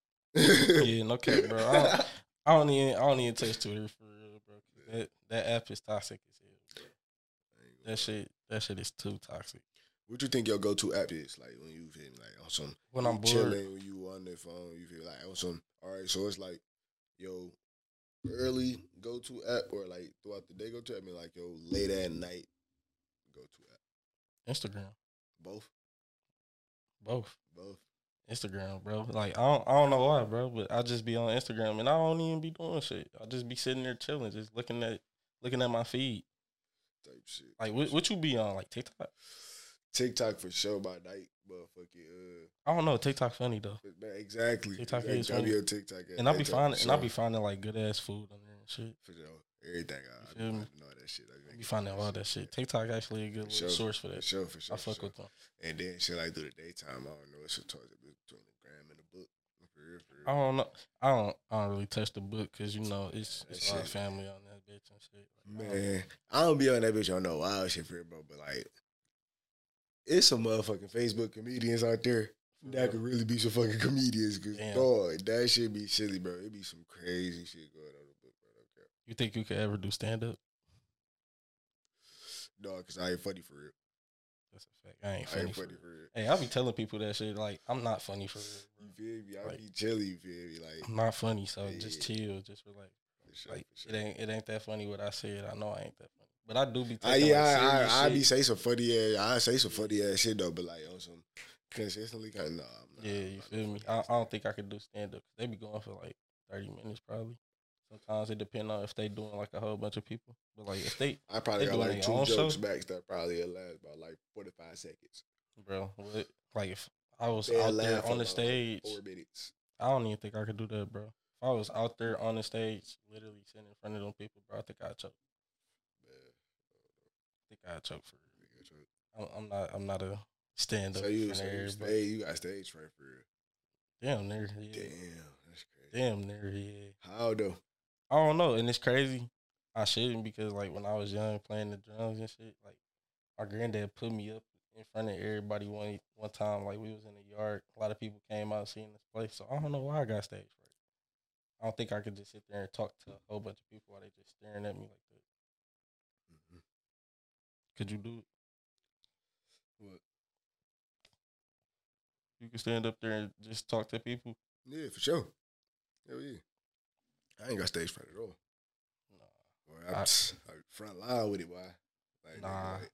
[SPEAKER 2] Yeah, no cap, bro. I don't, I don't even I don't even touch Twitter for real, bro. That that app is toxic as hell. bro. That shit that shit is too toxic.
[SPEAKER 3] What you think your go to app is? Like when you feel like on some
[SPEAKER 2] When I'm
[SPEAKER 3] you
[SPEAKER 2] bored,
[SPEAKER 3] chilling, when you on the phone, you feel like on some. All right, so it's like yo early go to app or like throughout the day go to. I mean like yo late at night go to app.
[SPEAKER 2] Instagram,
[SPEAKER 3] Both,
[SPEAKER 2] both.
[SPEAKER 3] both.
[SPEAKER 2] Instagram, bro. Like I don't, I don't know why, bro, but I just be on Instagram and I don't even be doing shit. I just be sitting there chilling, just looking at looking at my feed.
[SPEAKER 3] Type shit.
[SPEAKER 2] Like what, what you be on? Like TikTok?
[SPEAKER 3] TikTok for sure by night, but fuck it.
[SPEAKER 2] I don't know. TikTok funny though,
[SPEAKER 3] Uh, man, exactly.
[SPEAKER 2] TikTok
[SPEAKER 3] exactly.
[SPEAKER 2] is
[SPEAKER 3] I be
[SPEAKER 2] funny.
[SPEAKER 3] on TikTok. at
[SPEAKER 2] and I be
[SPEAKER 3] night, for
[SPEAKER 2] finding and I
[SPEAKER 3] sure.
[SPEAKER 2] be finding like good ass food on there and shit.
[SPEAKER 3] for sure. Everything. I, I
[SPEAKER 2] feel me?
[SPEAKER 3] know that shit. I
[SPEAKER 2] I be finding all that shit. TikTok actually a good little
[SPEAKER 3] Sure.
[SPEAKER 2] source for
[SPEAKER 3] For
[SPEAKER 2] that.
[SPEAKER 3] sure, for sure.
[SPEAKER 2] I
[SPEAKER 3] for
[SPEAKER 2] fuck
[SPEAKER 3] sure.
[SPEAKER 2] with them.
[SPEAKER 3] And then shit like through the daytime, I don't know. It's a toss up between the gram and the book. For real, for real.
[SPEAKER 2] I don't know. I don't. I don't really touch the book because you know it's
[SPEAKER 3] That
[SPEAKER 2] it's our
[SPEAKER 3] shit.
[SPEAKER 2] family on that bitch and shit. Like, I don't-
[SPEAKER 3] Man, I don't be on that bitch on no wild shit for real, bro. But like, it's some motherfucking Facebook comedians out there that could really be some fucking comedians. Cause
[SPEAKER 2] Damn.
[SPEAKER 3] God, that shit be silly, bro. It be some crazy shit going on in the book, bro.
[SPEAKER 2] You think you could ever do stand up?
[SPEAKER 3] No, cause I ain't funny for real.
[SPEAKER 2] That's a fact. I ain't
[SPEAKER 3] I
[SPEAKER 2] funny.
[SPEAKER 3] ain't
[SPEAKER 2] for
[SPEAKER 3] funny
[SPEAKER 2] real.
[SPEAKER 3] for real.
[SPEAKER 2] Hey, I be telling people that shit. Like, I'm not funny for real. bro.
[SPEAKER 3] You feel me? I
[SPEAKER 2] Like-
[SPEAKER 3] be chilly, you feel me? Like,
[SPEAKER 2] I'm not funny, so just
[SPEAKER 3] Yeah.
[SPEAKER 2] chill, just relax.
[SPEAKER 3] for sure,
[SPEAKER 2] Like,
[SPEAKER 3] for sure.
[SPEAKER 2] it ain't it ain't that funny what I said. I know I ain't that funny, but I do be.
[SPEAKER 3] I,
[SPEAKER 2] Taking,
[SPEAKER 3] yeah,
[SPEAKER 2] like, serious
[SPEAKER 3] I, I, I be
[SPEAKER 2] shit.
[SPEAKER 3] say some funny ass. I say some funny ass shit though, but like on some consistently kind of. Nah, I'm not,
[SPEAKER 2] Yeah,
[SPEAKER 3] I'm
[SPEAKER 2] you
[SPEAKER 3] not
[SPEAKER 2] feel me?
[SPEAKER 3] funny
[SPEAKER 2] I, I
[SPEAKER 3] ass
[SPEAKER 2] don't
[SPEAKER 3] nigga.
[SPEAKER 2] think I could do stand up. They be going for like 30 minutes probably. Sometimes it depend on if they doing like a whole bunch of people. But like if they,
[SPEAKER 3] I probably
[SPEAKER 2] they
[SPEAKER 3] got
[SPEAKER 2] doing
[SPEAKER 3] like
[SPEAKER 2] their
[SPEAKER 3] two
[SPEAKER 2] own show.
[SPEAKER 3] jokes back that probably last about like forty five seconds.
[SPEAKER 2] bro, what, like if I was
[SPEAKER 3] They'll
[SPEAKER 2] out there
[SPEAKER 3] laugh
[SPEAKER 2] on the
[SPEAKER 3] about
[SPEAKER 2] stage,
[SPEAKER 3] Four minutes.
[SPEAKER 2] I don't even think I could do that, bro. If I was out there on the stage, literally sitting in front of them people, bro, I think I'd choke. I think I'd choke for real.
[SPEAKER 3] Man.
[SPEAKER 2] I'm, I'm not. I'm not a stand up.
[SPEAKER 3] So you,
[SPEAKER 2] for
[SPEAKER 3] so you,
[SPEAKER 2] there, but
[SPEAKER 3] stay, you got stage fright for real.
[SPEAKER 2] damn near, yeah.
[SPEAKER 3] Damn, that's crazy.
[SPEAKER 2] damn near, yeah.
[SPEAKER 3] How though?
[SPEAKER 2] I don't know, and it's crazy. I shouldn't because like when I was young playing the drums and shit, like my granddad put me up in front of everybody one one time. Like we was in the yard, a lot of people came out seeing this place. So I don't know why I got stage fright. I don't think I could just sit there and talk to a whole bunch of people while they just staring at me like that.
[SPEAKER 3] Mm-hmm.
[SPEAKER 2] Could you do it?
[SPEAKER 3] What?
[SPEAKER 2] You could stand up there and just talk to people.
[SPEAKER 3] Yeah, for sure. Hell yeah. I ain't got stage fright at all.
[SPEAKER 2] Nah,
[SPEAKER 3] Boy, I,
[SPEAKER 2] I-
[SPEAKER 3] I, front line with it, boy. Like, nigga,
[SPEAKER 2] Nah.
[SPEAKER 3] like,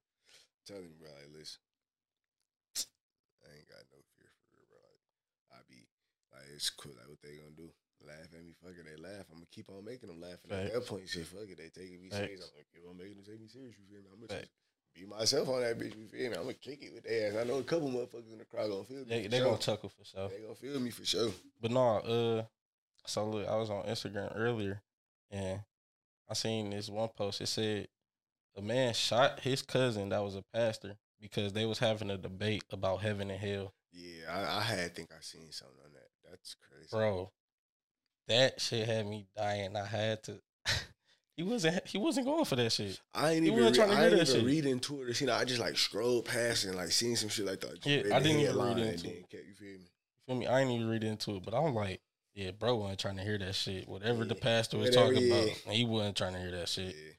[SPEAKER 3] tell him, bro, like, listen, I ain't got no fear for real, bro. Like, I be, like, it's cool. Like, what they gonna do? Laugh at me? Fuck it, they laugh. I'm gonna keep on making them laugh. And at that
[SPEAKER 2] Facts.
[SPEAKER 3] point, shit, fuck it, they taking me serious.
[SPEAKER 2] Facts.
[SPEAKER 3] I'm gonna keep on making them take me serious. You feel me? I'm gonna
[SPEAKER 2] Facts.
[SPEAKER 3] just be myself on that bitch. You feel me? I'm gonna kick it with their ass. I know a couple motherfuckers in the crowd gonna feel me.
[SPEAKER 2] they
[SPEAKER 3] for
[SPEAKER 2] they
[SPEAKER 3] sure.
[SPEAKER 2] gonna chuckle for sure.
[SPEAKER 3] They gonna feel me for sure.
[SPEAKER 2] But no, uh, so look, I was on Instagram earlier, and I seen this one post. It said a man shot his cousin that was a pastor because they was having a debate about heaven and hell.
[SPEAKER 3] Yeah, I, I had think I seen something on that. That's crazy.
[SPEAKER 2] Bro, that shit had me dying. I had to. he wasn't. He wasn't going for that shit.
[SPEAKER 3] I ain't
[SPEAKER 2] He
[SPEAKER 3] even,
[SPEAKER 2] wasn't
[SPEAKER 3] re-
[SPEAKER 2] trying to
[SPEAKER 3] I
[SPEAKER 2] hear
[SPEAKER 3] ain't even
[SPEAKER 2] that shit.
[SPEAKER 3] read into it or shit. I just like scrolled past and like seen some shit like that.
[SPEAKER 2] Yeah,
[SPEAKER 3] Read
[SPEAKER 2] I
[SPEAKER 3] the
[SPEAKER 2] didn't even
[SPEAKER 3] headline
[SPEAKER 2] read
[SPEAKER 3] and
[SPEAKER 2] into
[SPEAKER 3] then
[SPEAKER 2] it.
[SPEAKER 3] kept- you feel me?
[SPEAKER 2] You feel me? I ain't even read into it, but I'm like, yeah, bro, wasn't trying to hear that shit. Whatever the
[SPEAKER 3] Yeah,
[SPEAKER 2] pastor was
[SPEAKER 3] whatever,
[SPEAKER 2] talking
[SPEAKER 3] yeah.
[SPEAKER 2] about, he wasn't trying to hear that shit.
[SPEAKER 3] Yeah.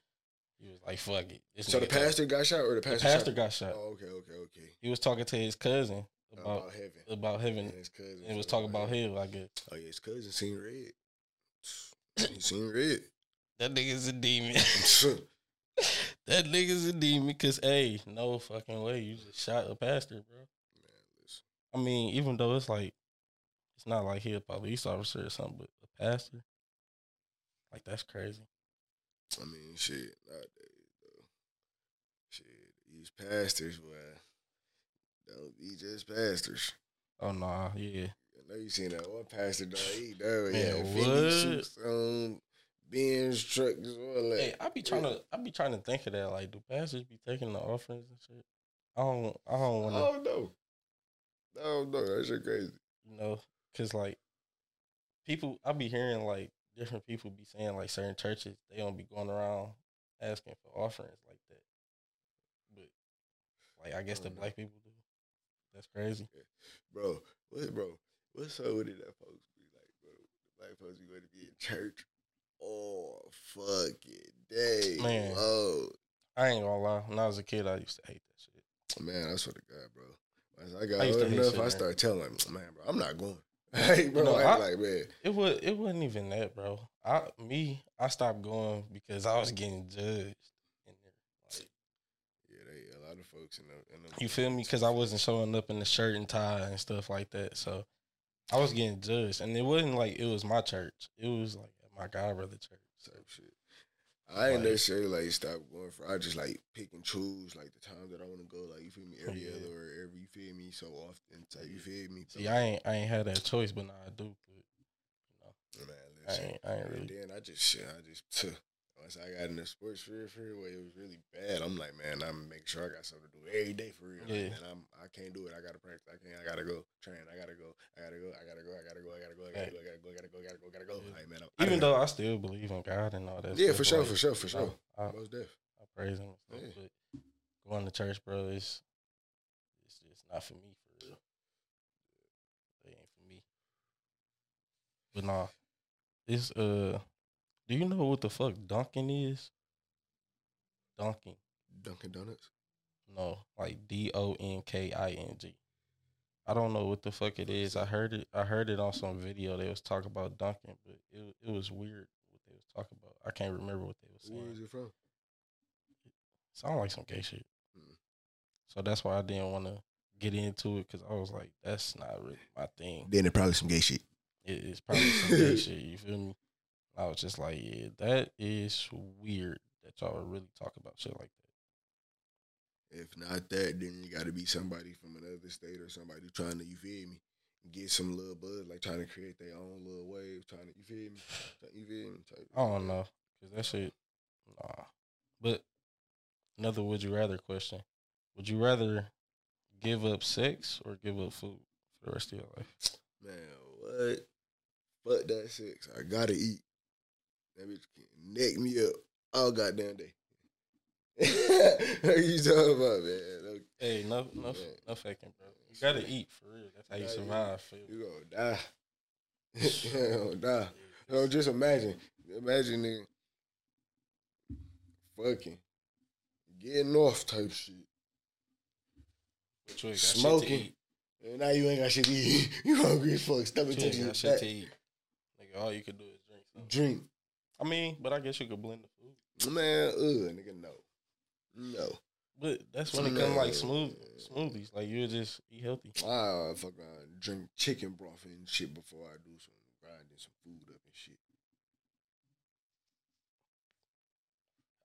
[SPEAKER 2] He was like, fuck it. This
[SPEAKER 3] So the
[SPEAKER 2] nigga talking-
[SPEAKER 3] pastor got shot or the
[SPEAKER 2] the
[SPEAKER 3] pastor?
[SPEAKER 2] pastor
[SPEAKER 3] shot?
[SPEAKER 2] got shot.
[SPEAKER 3] Oh, okay, okay, okay.
[SPEAKER 2] he was talking to his cousin about
[SPEAKER 3] about heaven.
[SPEAKER 2] about heaven
[SPEAKER 3] And his cousin.
[SPEAKER 2] and was talking about hell. I guess
[SPEAKER 3] Oh yeah, his cousin seen red. he seen red.
[SPEAKER 2] that nigga's a demon.
[SPEAKER 3] Shit.
[SPEAKER 2] that nigga's a demon. Cause hey, no fucking way, you just shot a pastor, bro.
[SPEAKER 3] Man, listen.
[SPEAKER 2] I mean, even though it's like, it's not like he a police officer or something, but a pastor. Like that's crazy.
[SPEAKER 3] I mean, shit. Nowadays, though, shit. These pastors, boy, don't be just pastors.
[SPEAKER 2] Oh nah, yeah.
[SPEAKER 3] I know you seen that one pastor dog. He done
[SPEAKER 2] Man,
[SPEAKER 3] yeah,
[SPEAKER 2] what?
[SPEAKER 3] fifty suits on Benz trucks all that.
[SPEAKER 2] Hey, I be trying to, I be trying to think of that. Like, do pastors be taking the offerings and shit? I don't, I don't
[SPEAKER 3] I
[SPEAKER 2] want to,
[SPEAKER 3] don't know. I don't know. That shit crazy.
[SPEAKER 2] you know, cause like, people, I be hearing like different people be saying like certain churches they don't be going around asking for offerings like that. But like, I guess the
[SPEAKER 3] don't know.
[SPEAKER 2] black people do. That's crazy. Mm-hmm.
[SPEAKER 3] bro. What, bro? What's up with it? That folks be like, bro. The black folks be going to be in church all fucking day,
[SPEAKER 2] Man.
[SPEAKER 3] Oh
[SPEAKER 2] I ain't gonna lie. When I was a kid, I used to hate that shit.
[SPEAKER 3] man, I swear to God, bro. Once I got
[SPEAKER 2] I used to
[SPEAKER 3] old
[SPEAKER 2] hate
[SPEAKER 3] enough,
[SPEAKER 2] shit,
[SPEAKER 3] I
[SPEAKER 2] man.
[SPEAKER 3] started telling him, man, bro, I'm not going. Hey, bro,
[SPEAKER 2] No,
[SPEAKER 3] I,
[SPEAKER 2] I-
[SPEAKER 3] ain't like, man,
[SPEAKER 2] It was it wasn't even that, bro. I me I stopped going because I was getting judged. In there. Like,
[SPEAKER 3] yeah, they a lot of folks in the in them
[SPEAKER 2] you feel me? Because I wasn't showing up in the shirt and tie and stuff like that. So I was getting judged, and it wasn't like it was my church. It was like my god brother church. So
[SPEAKER 3] type shit. I ain't
[SPEAKER 2] Like-
[SPEAKER 3] necessarily like stop going for. I just like pick and choose like the time that I want to go. Like you feel me every
[SPEAKER 2] Yeah.
[SPEAKER 3] other or every you feel me so often. Type you feel me. So,
[SPEAKER 2] see, I ain't I ain't had that choice, but now I do.
[SPEAKER 3] man,
[SPEAKER 2] But
[SPEAKER 3] listen.
[SPEAKER 2] I ain't I ain't
[SPEAKER 3] And
[SPEAKER 2] really.
[SPEAKER 3] then I just shit, I just once I got in the sports career for real, where it was really bad. I'm like, man, I'm making sure I got something to do every day for real.
[SPEAKER 2] Yeah.
[SPEAKER 3] Like, man, I'm I can't do it. I gotta practice. I can't. I gotta go train. I gotta go. I gotta go. I gotta go. I gotta go. I gotta go. I gotta go. I gotta go. I gotta go. I gotta go. I gotta go.
[SPEAKER 2] Yeah.
[SPEAKER 3] Like, man, I'm,
[SPEAKER 2] Even though I still believe in God and all that.
[SPEAKER 3] yeah,
[SPEAKER 2] stuff,
[SPEAKER 3] for sure,
[SPEAKER 2] like,
[SPEAKER 3] for sure, for sure.
[SPEAKER 2] I, I,
[SPEAKER 3] Most deaf.
[SPEAKER 2] I praise him. And stuff, But going to church, bro, it's it's just not for me for real. It ain't for me. But nah, it's uh, do you know what the fuck dunking is? Dunking,
[SPEAKER 3] Dunkin' Donuts.
[SPEAKER 2] no, like D O N K I N G. I don't know what the fuck it is. I heard it. I heard it on some video. They was talking about dunking, but it it was weird what they was talking about. I can't remember what they was saying.
[SPEAKER 3] Where is it from?
[SPEAKER 2] Sound like some gay shit.
[SPEAKER 3] Mm.
[SPEAKER 2] So that's why I didn't want to get into it because I was like, that's not really my thing.
[SPEAKER 3] Then it probably some gay shit.
[SPEAKER 2] It is probably some gay shit. You feel me? I was just like, yeah, that is weird that y'all would really talk about shit like that.
[SPEAKER 3] If not that, then you got to be somebody from another state or somebody trying to, you feel me, get some little buzz, like trying to create their own little wave, trying to, you feel me, you feel me. Type-
[SPEAKER 2] I don't know because that shit, nah. But another would you rather question: Would you rather give up sex or give up food for the rest of your life?
[SPEAKER 3] Man, what? Fuck that six. I gotta eat. That bitch can neck me up all goddamn day. what you talking about, man? Look,
[SPEAKER 2] Hey, no, no,
[SPEAKER 3] Yeah.
[SPEAKER 2] no faking, bro. You gotta eat for real. That's how you
[SPEAKER 3] Gotta eat.
[SPEAKER 2] survive. Feel.
[SPEAKER 3] You gonna die. you gonna die. No, just imagine. Imagine nigga. Fucking. Getting off type shit.
[SPEAKER 2] But you ain't got
[SPEAKER 3] Smoking.
[SPEAKER 2] Shit to eat.
[SPEAKER 3] And now you ain't got shit to eat. you hungry as fuck. Stomach
[SPEAKER 2] You ain't
[SPEAKER 3] touching
[SPEAKER 2] got shit to
[SPEAKER 3] you.
[SPEAKER 2] eat. Nigga, all you could do is drink. something.
[SPEAKER 3] Drink.
[SPEAKER 2] I mean, but I guess you could blend the food.
[SPEAKER 3] Man, ugh, nigga, no. No.
[SPEAKER 2] But that's when it comes like smooth
[SPEAKER 3] Man.
[SPEAKER 2] smoothies. Like you would just eat healthy.
[SPEAKER 3] I fuck around, drink chicken broth and shit before I do some grinding some food up and shit.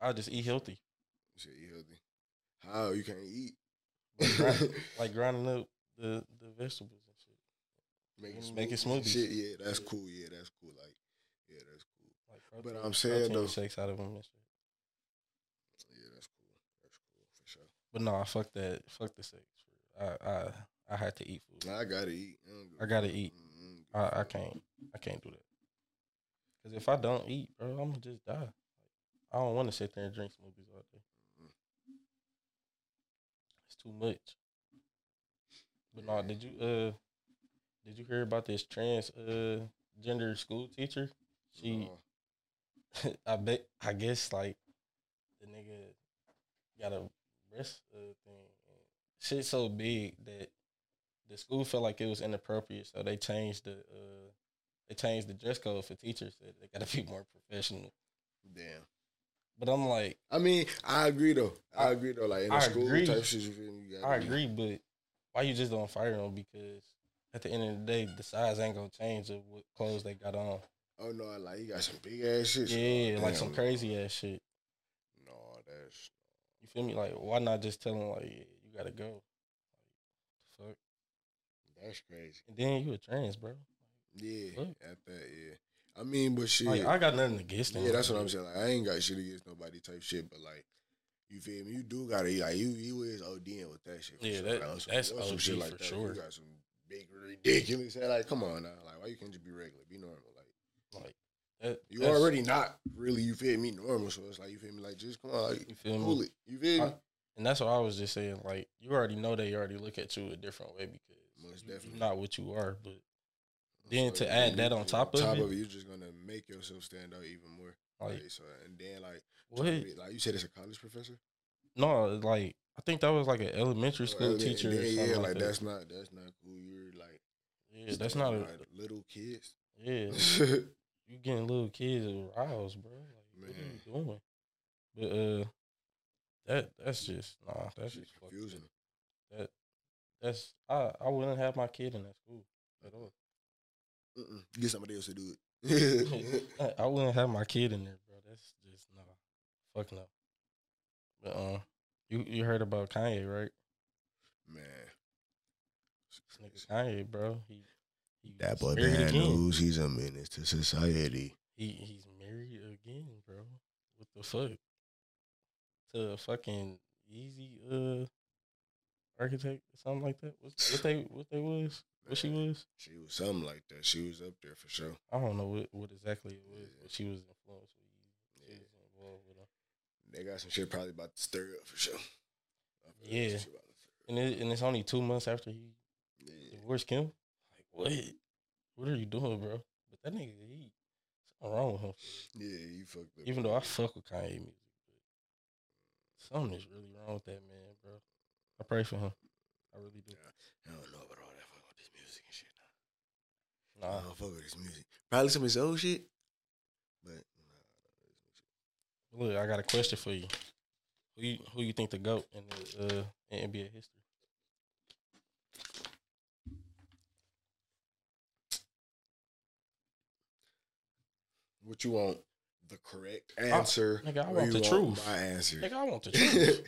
[SPEAKER 2] I just eat healthy.
[SPEAKER 3] Shit, you healthy? How you can't eat?
[SPEAKER 2] Like, grind, like grinding up the, the vegetables and shit.
[SPEAKER 3] Making
[SPEAKER 2] Making
[SPEAKER 3] smoothies and
[SPEAKER 2] smoothies.
[SPEAKER 3] Shit, yeah, that's cool. Yeah, that's cool. Like, yeah, that's cool.
[SPEAKER 2] Like
[SPEAKER 3] But I'm saying,
[SPEAKER 2] protein
[SPEAKER 3] though-
[SPEAKER 2] shakes out of them and shit.
[SPEAKER 3] Yeah, that's cool. That's cool for sure.
[SPEAKER 2] But no, I fuck that. Fuck the sex. I I I had to eat food.
[SPEAKER 3] Nah, I gotta eat. don't give
[SPEAKER 2] I
[SPEAKER 3] a
[SPEAKER 2] gotta
[SPEAKER 3] fuck.
[SPEAKER 2] eat.
[SPEAKER 3] Mm, mm,
[SPEAKER 2] I, I can't I can't do that. Cause if I don't eat, bro, I'm gonna just die. I don't want to sit there and drink smoothies all day. It's too much. But no, did you uh did you hear about this trans uh gender school teacher? She
[SPEAKER 3] nah.
[SPEAKER 2] I bet I guess like the nigga got a breast uh, thing. Shit so big that the school felt like it was inappropriate, so they changed the uh, they changed the dress code for teachers. They- They got to be more professional.
[SPEAKER 3] Damn.
[SPEAKER 2] But I'm like,
[SPEAKER 3] I mean, I agree though. I agree though. Like in the
[SPEAKER 2] I
[SPEAKER 3] school
[SPEAKER 2] agree.
[SPEAKER 3] type shit, you feel me? You gotta
[SPEAKER 2] I
[SPEAKER 3] be-
[SPEAKER 2] agree, but why you just don't fire them? Because at the end of the day, the size ain't gonna change of what clothes they got on.
[SPEAKER 3] Oh no, like you got some big ass shit.
[SPEAKER 2] Yeah, like some
[SPEAKER 3] damn.
[SPEAKER 2] crazy ass shit.
[SPEAKER 3] No, that's
[SPEAKER 2] You feel me? Like, why not just tell them like yeah, you gotta go? Fuck.
[SPEAKER 3] that's crazy.
[SPEAKER 2] And then you a trans, bro.
[SPEAKER 3] Yeah,
[SPEAKER 2] What?
[SPEAKER 3] at that. Yeah, I mean, but shit.
[SPEAKER 2] Like, I got nothing against them.
[SPEAKER 3] yeah, that's what I'm saying. Like I ain't got shit against nobody type shit, but like. You feel me? You do gotta like you you is ODing with that shit. for
[SPEAKER 2] Yeah,
[SPEAKER 3] sure.
[SPEAKER 2] that-
[SPEAKER 3] Like, on some-
[SPEAKER 2] that's
[SPEAKER 3] on some
[SPEAKER 2] OD
[SPEAKER 3] shit
[SPEAKER 2] for
[SPEAKER 3] that,
[SPEAKER 2] sure.
[SPEAKER 3] You got some big ridiculous. Like, come on now. Like, why you can't just be regular? Be normal. Like,
[SPEAKER 2] Like, that,
[SPEAKER 3] you
[SPEAKER 2] that's-
[SPEAKER 3] already not really. You feel me? Normal. So it's like you feel me? Like, just come on. Like,
[SPEAKER 2] You feel me?
[SPEAKER 3] cool it. You feel me?
[SPEAKER 2] I- And that's what I was just saying. Like, you already know they already look at you a different way because
[SPEAKER 3] Most
[SPEAKER 2] you-
[SPEAKER 3] definitely.
[SPEAKER 2] you're not what you are. But Then to
[SPEAKER 3] you-
[SPEAKER 2] add
[SPEAKER 3] you-
[SPEAKER 2] that on top of
[SPEAKER 3] top
[SPEAKER 2] it-
[SPEAKER 3] of it, you're just gonna make yourself stand out even more.
[SPEAKER 2] like,
[SPEAKER 3] Right, so and then like
[SPEAKER 2] what?
[SPEAKER 3] like you said, it's a college professor,
[SPEAKER 2] No, like I think that was like an elementary
[SPEAKER 3] Or
[SPEAKER 2] school
[SPEAKER 3] elder- and
[SPEAKER 2] teacher. or
[SPEAKER 3] then,
[SPEAKER 2] something
[SPEAKER 3] yeah,
[SPEAKER 2] like,
[SPEAKER 3] like
[SPEAKER 2] that.
[SPEAKER 3] that's not that's not cool. You're like
[SPEAKER 2] yeah, that's not a
[SPEAKER 3] like, little kids.
[SPEAKER 2] yeah. You getting little kids aroused, bro. Like,
[SPEAKER 3] Man.
[SPEAKER 2] what are you doing? But uh, that that's just nah. That's
[SPEAKER 3] Shit's
[SPEAKER 2] just fucked up.
[SPEAKER 3] confusing.
[SPEAKER 2] That that's I I wouldn't have my kid in that school at all.
[SPEAKER 3] Mm-mm. Get somebody else to do it.
[SPEAKER 2] I- I wouldn't have my kid in there, bro. That's just no, fuck no. But um, you you heard about Kanye, right?
[SPEAKER 3] Man,
[SPEAKER 2] This nigga Kanye, bro. He, he was
[SPEAKER 3] that boy
[SPEAKER 2] married
[SPEAKER 3] bad
[SPEAKER 2] again.
[SPEAKER 3] news. He's a menace to society.
[SPEAKER 2] He he's married again, bro. What the fuck? To a fucking easy uh architect or something like that. What, what they what they was? What she
[SPEAKER 3] Man,
[SPEAKER 2] was?
[SPEAKER 3] She was something like that. She was up there for sure.
[SPEAKER 2] I don't know what, what exactly it was, but she was influenced with Yeezy. She
[SPEAKER 3] Yeah.
[SPEAKER 2] was involved with him.
[SPEAKER 3] They got some shit probably about to stir up for sure. I feel like
[SPEAKER 2] Yeah.
[SPEAKER 3] she about to stir up.
[SPEAKER 2] And it, and it's only two months after he
[SPEAKER 3] Yeah.
[SPEAKER 2] divorced Kim. Like what? What are you doing, bro? But that nigga, he something wrong with him.
[SPEAKER 3] Yeah, you fucked up.
[SPEAKER 2] Even though I fuck with Kanye music, but something is really wrong with that man, bro. I pray for him. I really do.
[SPEAKER 3] I don't know about all that fuck with this music and shit.
[SPEAKER 2] Nah,
[SPEAKER 3] I don't fuck with this music. Probably some of his old shit, but nah,
[SPEAKER 2] look, I got a question for you. Who you who you think the goat in the uh, in NBA history?
[SPEAKER 3] what you want? The correct answer.
[SPEAKER 2] Oh, nigga, I
[SPEAKER 3] or
[SPEAKER 2] want
[SPEAKER 3] you
[SPEAKER 2] the truth.
[SPEAKER 3] My answer.
[SPEAKER 2] Nigga, I want the truth.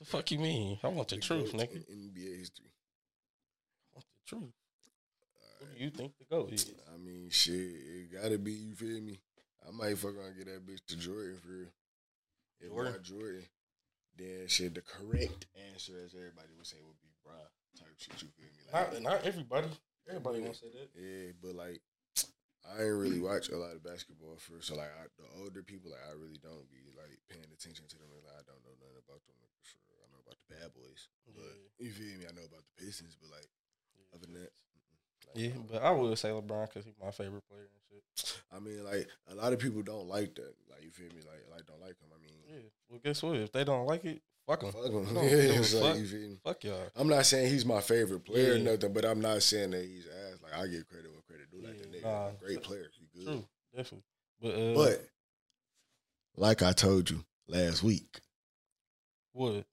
[SPEAKER 2] the fuck you mean? I want the truth,
[SPEAKER 3] GOAT
[SPEAKER 2] nigga.
[SPEAKER 3] in
[SPEAKER 2] I
[SPEAKER 3] NBA history.
[SPEAKER 2] want the truth. Who
[SPEAKER 3] Alright.
[SPEAKER 2] do you think the goat is?
[SPEAKER 3] I mean, shit, it gotta be. You feel me? I might fuck around and get that bitch to Jordan for real. If
[SPEAKER 2] Jordan.
[SPEAKER 3] not Jordan, then shit. The correct answer, as everybody would say, would be Brian type shit. You feel me?
[SPEAKER 2] Not not everybody. Everybody
[SPEAKER 3] Yeah.
[SPEAKER 2] won't say that.
[SPEAKER 3] Yeah, but like I ain't really
[SPEAKER 2] Mm.
[SPEAKER 3] watch a lot of basketball first. So like I, the older people, like I really don't be like paying attention to them. Like I don't know nothing about them for sure. I know about the bad boys, but you feel me? I know about the Pistons, but like other than that, mm-mm. Like,
[SPEAKER 2] Yeah,
[SPEAKER 3] I don't-
[SPEAKER 2] but I will say LeBron because he's my favorite player and shit.
[SPEAKER 3] I mean, like a lot of people don't like that. Like you feel me? Like like don't like him. I mean,
[SPEAKER 2] Yeah. Well, guess what? If they don't like it, fuck them.
[SPEAKER 3] fuck him.
[SPEAKER 2] don't give a
[SPEAKER 3] it's like,
[SPEAKER 2] fuck.
[SPEAKER 3] you feel me?
[SPEAKER 2] Fuck y'all.
[SPEAKER 3] I'm not saying he's my favorite player
[SPEAKER 2] Yeah.
[SPEAKER 3] or nothing, but I'm not saying that he's ass. Like I give credit where credit due. Like the
[SPEAKER 2] Yeah,
[SPEAKER 3] nigga,
[SPEAKER 2] nah.
[SPEAKER 3] great player, he good.
[SPEAKER 2] True, definitely. But uh,
[SPEAKER 3] But like I told you last week,
[SPEAKER 2] what?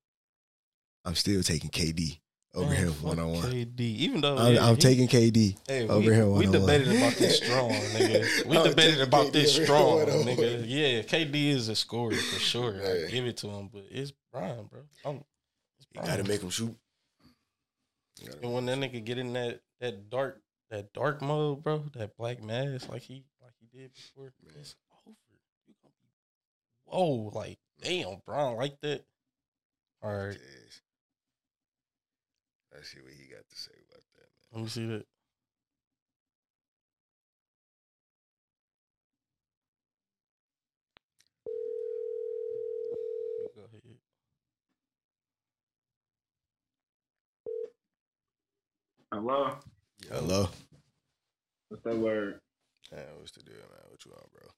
[SPEAKER 3] I'm still taking KD over
[SPEAKER 2] Man,
[SPEAKER 3] here
[SPEAKER 2] Oh, fuck
[SPEAKER 3] one on one.
[SPEAKER 2] KD, even though
[SPEAKER 3] I'm,
[SPEAKER 2] yeah,
[SPEAKER 3] I'm
[SPEAKER 2] he-
[SPEAKER 3] taking KD.
[SPEAKER 2] hey,
[SPEAKER 3] over
[SPEAKER 2] we,
[SPEAKER 3] here
[SPEAKER 2] We
[SPEAKER 3] 101.
[SPEAKER 2] debated about this strong, nigga. We
[SPEAKER 3] I'm
[SPEAKER 2] debated
[SPEAKER 3] taking
[SPEAKER 2] about
[SPEAKER 3] KD
[SPEAKER 2] this
[SPEAKER 3] over here
[SPEAKER 2] strong,
[SPEAKER 3] 101.
[SPEAKER 2] nigga. Yeah, KD is a scorer for sure. I
[SPEAKER 3] Man.
[SPEAKER 2] give it to him, but it's Brian, bro. I'm, it's
[SPEAKER 3] You gotta
[SPEAKER 2] Bron.
[SPEAKER 3] make him shoot. You gotta-
[SPEAKER 2] And when that nigga get in that that dark that dark mode, bro, that black mask like he like he did before,
[SPEAKER 3] Man.
[SPEAKER 2] it's over. You gonna be whoa, like damn, Brian like that. All right,
[SPEAKER 3] Yes. Let's see what he got to say about that, man.
[SPEAKER 2] let me see that. You Go ahead.
[SPEAKER 4] Hello.
[SPEAKER 3] Hello.
[SPEAKER 4] What's that word?
[SPEAKER 3] Man, what's the deal, man? What you on, bro?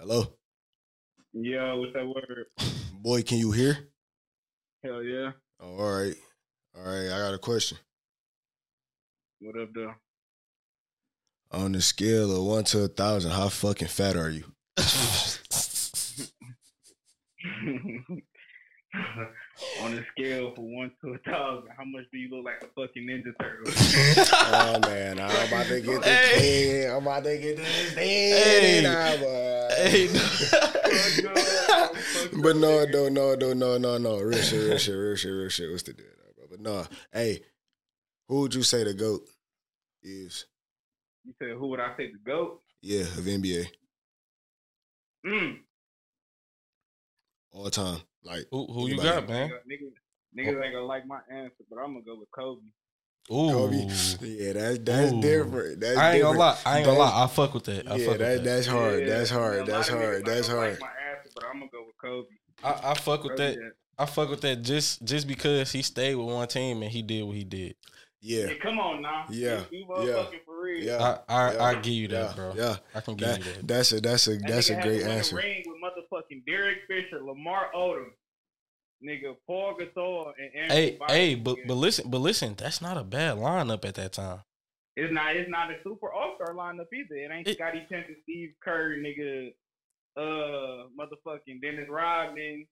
[SPEAKER 3] Hello,
[SPEAKER 4] Yo, what's that word?
[SPEAKER 3] boy. Can you hear?
[SPEAKER 4] Hell yeah.
[SPEAKER 3] Oh, all right. All right. I got a question.
[SPEAKER 4] What up, though?
[SPEAKER 3] On the scale of one to a thousand, how fucking fat are you?
[SPEAKER 4] On a scale from one to a thousand, how much do you look like a fucking ninja turtle?
[SPEAKER 3] oh man, I'm about to get this
[SPEAKER 2] Hey.
[SPEAKER 3] thing. I'm about to get this
[SPEAKER 2] Hey.
[SPEAKER 3] thing. Nah, boy.
[SPEAKER 2] hey,
[SPEAKER 3] uh, but no, no, no, no, no, no, no. Real shit, real shit, real shit, real shit. What's the deal, nah, bro? But no, hey, who would you say the goat is?
[SPEAKER 4] You said, who would I say the goat?
[SPEAKER 3] Yeah, of NBA
[SPEAKER 4] Mm.
[SPEAKER 3] all time. Like,
[SPEAKER 2] who, who you
[SPEAKER 3] Anybody?
[SPEAKER 2] got, man?
[SPEAKER 4] Nigga- Niggas, niggas ain't gonna like my answer, but I'm gonna go with Kobe.
[SPEAKER 2] Ooh,
[SPEAKER 3] Kobe. Yeah, that's that's
[SPEAKER 2] Ooh.
[SPEAKER 3] different. That's
[SPEAKER 2] I ain't gonna
[SPEAKER 3] different.
[SPEAKER 2] lie. I ain't gonna
[SPEAKER 3] That's-
[SPEAKER 2] lie. I fuck with that. I
[SPEAKER 3] yeah,
[SPEAKER 2] fuck
[SPEAKER 3] that,
[SPEAKER 2] with that.
[SPEAKER 3] that's hard.
[SPEAKER 4] Yeah,
[SPEAKER 3] That's
[SPEAKER 4] a lot
[SPEAKER 3] hard. That's hard.
[SPEAKER 4] of niggas ain't
[SPEAKER 3] That's
[SPEAKER 4] gonna
[SPEAKER 3] hard.
[SPEAKER 4] Like my answer, but I'm gonna go with Kobe.
[SPEAKER 2] I, I fuck with
[SPEAKER 4] Kobe
[SPEAKER 2] that. I fuck with that just just because he stayed with one team and he did what he did.
[SPEAKER 3] Yeah,
[SPEAKER 4] Hey, come on now.
[SPEAKER 3] Yeah,
[SPEAKER 4] You, you
[SPEAKER 3] yeah,
[SPEAKER 4] motherfucking for real.
[SPEAKER 3] yeah,
[SPEAKER 2] I I,
[SPEAKER 3] yeah,
[SPEAKER 2] I give you that,
[SPEAKER 3] yeah,
[SPEAKER 2] bro.
[SPEAKER 3] yeah.
[SPEAKER 2] I can give
[SPEAKER 3] That,
[SPEAKER 2] you that.
[SPEAKER 3] that's a that's a
[SPEAKER 4] That
[SPEAKER 3] that's a
[SPEAKER 4] nigga had
[SPEAKER 3] great
[SPEAKER 4] to win a
[SPEAKER 3] answer.
[SPEAKER 4] Ring with motherfucking Derek Fisher, Lamar Odom, nigga Paul Gasol, and Andrew
[SPEAKER 2] Hey,
[SPEAKER 4] Bynum,
[SPEAKER 2] hey, but
[SPEAKER 4] nigga.
[SPEAKER 2] but listen, but listen, that's not a bad lineup at that time.
[SPEAKER 4] it's not it's not a super all star lineup either. It ain't
[SPEAKER 2] It-
[SPEAKER 4] Scotty Pippen, Steve Kerr, nigga, uh, motherfucking Dennis Rodman.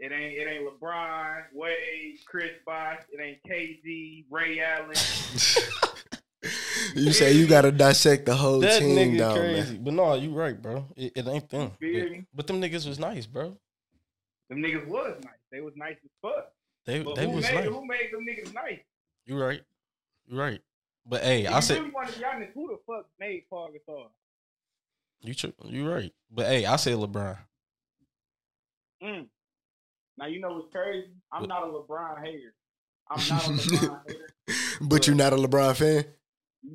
[SPEAKER 4] It ain't it ain't LeBron, Wade, Chris Bosh. It ain't KD, Ray Allen.
[SPEAKER 3] you say you gotta dissect the whole
[SPEAKER 2] That
[SPEAKER 3] team
[SPEAKER 2] nigga
[SPEAKER 3] down,
[SPEAKER 2] crazy.
[SPEAKER 3] man.
[SPEAKER 2] But no, you right, bro. It, it ain't them.
[SPEAKER 4] You feel
[SPEAKER 2] But,
[SPEAKER 4] me?
[SPEAKER 2] but them niggas was nice, bro.
[SPEAKER 4] Them niggas was nice. They was nice as fuck.
[SPEAKER 2] They
[SPEAKER 4] But
[SPEAKER 2] they
[SPEAKER 4] who
[SPEAKER 2] was
[SPEAKER 4] made
[SPEAKER 2] nice.
[SPEAKER 4] who made them niggas nice?
[SPEAKER 2] You right. You right. But hey,
[SPEAKER 4] If
[SPEAKER 2] I
[SPEAKER 4] you
[SPEAKER 2] said
[SPEAKER 4] really want to be honest, who the fuck made Paul Gasol?
[SPEAKER 2] you tr- you right. But hey, I say LeBron.
[SPEAKER 4] Mm. Now you know what's crazy? I'm
[SPEAKER 2] What?
[SPEAKER 4] not a LeBron hater. I'm not a LeBron hater.
[SPEAKER 3] But you're not a LeBron fan.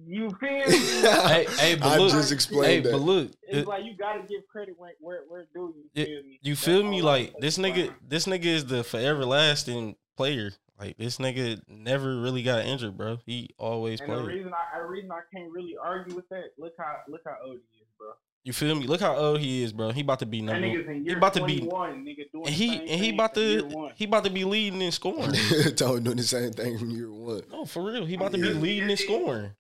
[SPEAKER 4] You feel me?
[SPEAKER 2] Hey, hey, but
[SPEAKER 3] I
[SPEAKER 2] look-
[SPEAKER 3] just
[SPEAKER 2] Hey,
[SPEAKER 3] explained
[SPEAKER 2] but
[SPEAKER 3] that.
[SPEAKER 2] look, it-
[SPEAKER 4] It's like you gotta give credit where where where do you
[SPEAKER 2] Yeah,
[SPEAKER 4] feel me?
[SPEAKER 2] you
[SPEAKER 4] That's
[SPEAKER 2] feel me?
[SPEAKER 4] all I
[SPEAKER 2] Like
[SPEAKER 4] say
[SPEAKER 2] this
[SPEAKER 4] about
[SPEAKER 2] nigga,
[SPEAKER 4] LeBron.
[SPEAKER 2] this nigga is the forever lasting player. Like this nigga never really got injured, bro. He always
[SPEAKER 4] And the
[SPEAKER 2] played.
[SPEAKER 4] reason I, the reason I can't really argue with that, look how look how old he is, bro.
[SPEAKER 2] You feel me? Look how old he is, bro. He about to be
[SPEAKER 4] That
[SPEAKER 2] number.
[SPEAKER 4] nigga's in year
[SPEAKER 2] about to be-
[SPEAKER 4] 21, nigga
[SPEAKER 2] And
[SPEAKER 4] doing the
[SPEAKER 2] he
[SPEAKER 4] same
[SPEAKER 2] and he
[SPEAKER 4] thing
[SPEAKER 2] about
[SPEAKER 4] from year
[SPEAKER 2] to
[SPEAKER 4] one.
[SPEAKER 2] he about to be leading and scoring.
[SPEAKER 3] Tony doing the same thing from year one.
[SPEAKER 2] no, for real. He about to be
[SPEAKER 3] Yeah.
[SPEAKER 2] leading and scoring.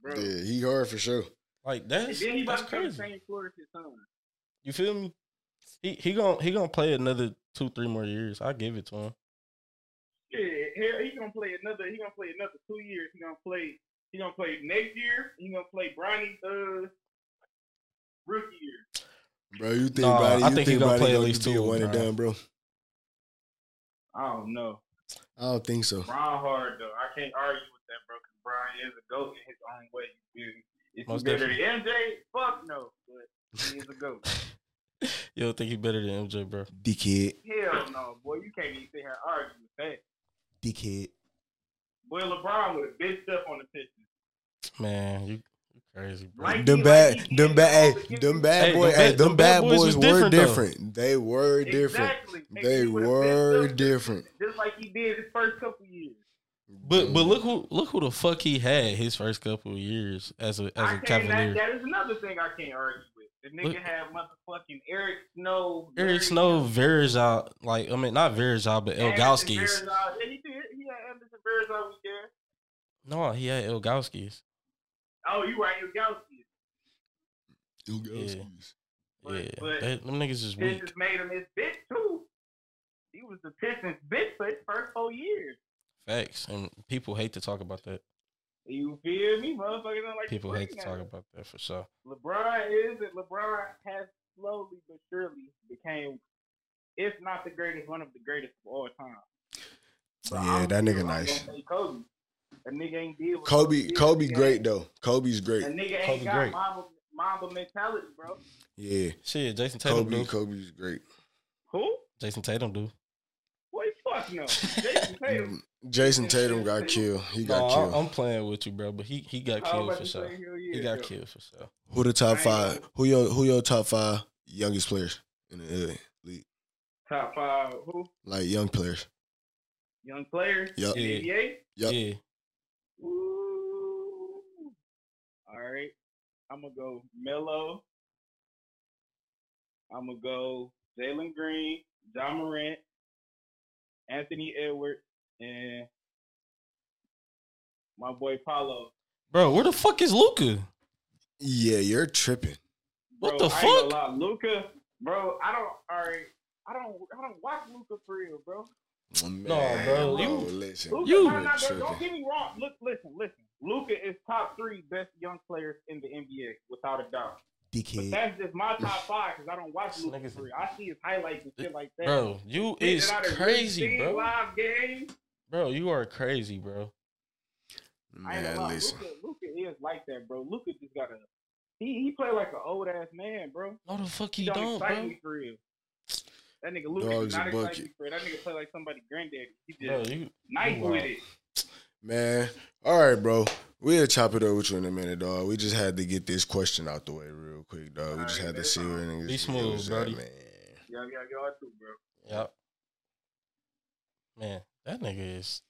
[SPEAKER 4] bro.
[SPEAKER 3] Yeah, he hard for sure.
[SPEAKER 2] Like
[SPEAKER 4] And
[SPEAKER 2] that's
[SPEAKER 4] then he
[SPEAKER 2] that's
[SPEAKER 4] about to be the
[SPEAKER 2] crazy.
[SPEAKER 4] same floor as his son.
[SPEAKER 2] You feel me? He he gonna he gonna play another two three more years. I give it to him.
[SPEAKER 4] Yeah, hell, he gonna play another. He gonna play another two years. He gonna play. He gonna play next year. He gonna play Bronny's uh rookie year.
[SPEAKER 3] Bro, you think
[SPEAKER 2] Nah,
[SPEAKER 3] about it,
[SPEAKER 2] I
[SPEAKER 3] you
[SPEAKER 2] think he gonna
[SPEAKER 3] about it,
[SPEAKER 2] play at
[SPEAKER 3] gonna
[SPEAKER 2] least
[SPEAKER 3] be a
[SPEAKER 2] two,
[SPEAKER 3] one and
[SPEAKER 2] bro.
[SPEAKER 3] done, bro.
[SPEAKER 4] I don't know.
[SPEAKER 3] I don't think so.
[SPEAKER 4] Brian Hard though, I can't argue with that, bro. Because Brian is a goat in his own way. You feel me? Is
[SPEAKER 2] Most
[SPEAKER 4] he better than MJ? Fuck no, but he is a goat.
[SPEAKER 2] You don't think he better than MJ, bro?
[SPEAKER 3] Dickhead,
[SPEAKER 4] Hell no, boy. You can't even sit here and argue with that.
[SPEAKER 3] dickhead.
[SPEAKER 4] Boy, LeBron would have bitched up on the Pistons.
[SPEAKER 2] Man, you you crazy, bro.
[SPEAKER 4] Like-
[SPEAKER 3] Them
[SPEAKER 4] he-
[SPEAKER 3] bad,
[SPEAKER 4] like he
[SPEAKER 3] them
[SPEAKER 4] did
[SPEAKER 3] bad,
[SPEAKER 4] all
[SPEAKER 3] hey,
[SPEAKER 4] the
[SPEAKER 3] them
[SPEAKER 4] giving-
[SPEAKER 3] bad
[SPEAKER 2] Hey,
[SPEAKER 3] boy,
[SPEAKER 2] them
[SPEAKER 3] hey,
[SPEAKER 2] bad-
[SPEAKER 3] them
[SPEAKER 2] them
[SPEAKER 3] bad
[SPEAKER 2] bad boys
[SPEAKER 3] boys
[SPEAKER 2] was
[SPEAKER 3] were
[SPEAKER 2] different, though.
[SPEAKER 3] different. They were different.
[SPEAKER 4] Exactly. Nigga, he
[SPEAKER 3] They
[SPEAKER 4] would've
[SPEAKER 3] were
[SPEAKER 4] bitched up
[SPEAKER 3] different.
[SPEAKER 4] Just like he did his first couple years.
[SPEAKER 2] But
[SPEAKER 4] Mm-hmm.
[SPEAKER 2] but look who look who the fuck he had his first couple of years as a as
[SPEAKER 4] I
[SPEAKER 2] a
[SPEAKER 4] can't, that,
[SPEAKER 2] Cavalier.
[SPEAKER 4] that is another thing I can't argue with. The nigga
[SPEAKER 2] Look-
[SPEAKER 4] had motherfucking Eric Snow.
[SPEAKER 2] Eric
[SPEAKER 4] Larry
[SPEAKER 2] Snow,
[SPEAKER 4] Johnson,
[SPEAKER 2] Verizal, like I mean not Verizal, but
[SPEAKER 4] Anderson
[SPEAKER 2] Elgowski's.
[SPEAKER 4] Varejao. Yeah, he did. He had Anderson Varejao was there.
[SPEAKER 2] No, he had Elgowski's.
[SPEAKER 4] Oh, you right, Elgowski.
[SPEAKER 3] Them girls
[SPEAKER 2] Yeah.
[SPEAKER 3] is-
[SPEAKER 4] But-
[SPEAKER 2] yeah,
[SPEAKER 4] but-
[SPEAKER 2] that, them niggas is weak.
[SPEAKER 4] Pistons made him his bitch, too. He was the Pistons' bitch for his first four years.
[SPEAKER 2] Facts, and people hate to talk about that.
[SPEAKER 4] You feel me? Motherfuckers don't like
[SPEAKER 2] People hate to talk
[SPEAKER 4] about
[SPEAKER 2] about that for sure.
[SPEAKER 4] LeBron is it. LeBron has slowly but surely became, if not the greatest, one of the greatest of all time. But
[SPEAKER 3] Yeah,
[SPEAKER 4] I'm
[SPEAKER 3] that
[SPEAKER 4] still
[SPEAKER 3] nigga
[SPEAKER 4] not
[SPEAKER 3] nice.
[SPEAKER 4] gonna say Kobe. That nigga ain't did what
[SPEAKER 3] Kobe,
[SPEAKER 4] did.
[SPEAKER 3] Kobe,
[SPEAKER 4] That
[SPEAKER 3] great though. Kobe's
[SPEAKER 4] That
[SPEAKER 3] great.
[SPEAKER 4] nigga ain't
[SPEAKER 2] Kobe
[SPEAKER 4] got
[SPEAKER 2] great.
[SPEAKER 4] Mamba, Mamba mentality, bro.
[SPEAKER 3] Yeah,
[SPEAKER 2] Shit, Jason Tatum
[SPEAKER 3] Kobe,
[SPEAKER 2] do.
[SPEAKER 3] Kobe's great.
[SPEAKER 4] Who?
[SPEAKER 2] Jason Tatum do.
[SPEAKER 4] Boy, fuck no. Jason Tatum.
[SPEAKER 3] Mm, Jason Tatum got killed. He
[SPEAKER 2] No,
[SPEAKER 3] got
[SPEAKER 2] I-
[SPEAKER 3] killed.
[SPEAKER 2] I'm playing with you, bro. But he he got
[SPEAKER 4] I was
[SPEAKER 2] killed
[SPEAKER 4] about
[SPEAKER 2] for
[SPEAKER 4] to
[SPEAKER 2] sure.
[SPEAKER 4] say, hell
[SPEAKER 2] He
[SPEAKER 4] yeah,
[SPEAKER 2] got
[SPEAKER 4] bro.
[SPEAKER 2] killed for sure.
[SPEAKER 3] Who the top
[SPEAKER 4] I ain't
[SPEAKER 3] five? Who your who your top five youngest players in the uh, league?
[SPEAKER 4] Top five. Who?
[SPEAKER 3] Like young players.
[SPEAKER 4] Young players.
[SPEAKER 3] Yup.
[SPEAKER 4] in the NBA.
[SPEAKER 3] Yup.
[SPEAKER 2] Yeah,
[SPEAKER 4] Ooh. All right. I'm going to go Melo. I'm going to go Jalen Green, John Morant, Anthony Edwards, and my boy Paulo.
[SPEAKER 2] Bro, where the fuck is Luca?
[SPEAKER 3] Yeah, you're tripping.
[SPEAKER 2] What
[SPEAKER 4] Bro,
[SPEAKER 2] the
[SPEAKER 4] I ain't
[SPEAKER 2] fuck?
[SPEAKER 4] gonna lie, Luca, bro. I don't. All right, I don't. I don't watch Luca for real, bro.
[SPEAKER 3] Man,
[SPEAKER 2] bro, you-
[SPEAKER 3] listen.
[SPEAKER 4] Luka,
[SPEAKER 2] You
[SPEAKER 4] nah, nah, bro,
[SPEAKER 3] tripping.
[SPEAKER 4] don't get me wrong. Look, listen, listen. Luca is top three best young players in the NBA without a doubt.
[SPEAKER 5] Dickhead.
[SPEAKER 4] That's just my top five because I don't watch
[SPEAKER 2] This
[SPEAKER 4] Luca
[SPEAKER 2] nigga's a-
[SPEAKER 4] for real. I see his highlights and shit like that.
[SPEAKER 2] Bro, you
[SPEAKER 4] Shit
[SPEAKER 2] is
[SPEAKER 4] that I done really
[SPEAKER 2] crazy,
[SPEAKER 4] seen
[SPEAKER 2] bro.
[SPEAKER 4] Live games.
[SPEAKER 2] Bro, you are crazy, bro.
[SPEAKER 4] I ain't
[SPEAKER 3] Man,
[SPEAKER 4] gonna lie.
[SPEAKER 3] listen.
[SPEAKER 4] Luca, Luca is like that, bro. Luca just got a. He he play like an old ass man, bro.
[SPEAKER 2] No, the fuck you
[SPEAKER 4] don't,
[SPEAKER 2] don't,
[SPEAKER 4] excite
[SPEAKER 2] bro.
[SPEAKER 4] me for real. That nigga Luca
[SPEAKER 3] Dog's
[SPEAKER 4] not
[SPEAKER 3] a
[SPEAKER 4] excite
[SPEAKER 3] bucket.
[SPEAKER 4] me for real. That nigga play like somebody granddaddy. He just
[SPEAKER 2] Bro, you
[SPEAKER 4] nice
[SPEAKER 2] you
[SPEAKER 4] with
[SPEAKER 2] wild.
[SPEAKER 4] it.
[SPEAKER 3] Man, all right, bro. We'll chop it up with you in a minute, dog. We just had to get this question out the way real quick, dog. We
[SPEAKER 4] All
[SPEAKER 3] just
[SPEAKER 4] right,
[SPEAKER 3] had to
[SPEAKER 4] that's
[SPEAKER 3] see where
[SPEAKER 4] fine.
[SPEAKER 3] niggas
[SPEAKER 2] Be
[SPEAKER 3] was
[SPEAKER 2] smooth,
[SPEAKER 3] at,
[SPEAKER 2] buddy.
[SPEAKER 3] man.
[SPEAKER 4] Yeah, yeah, y'all too, bro.
[SPEAKER 2] Yep. Man, that nigga is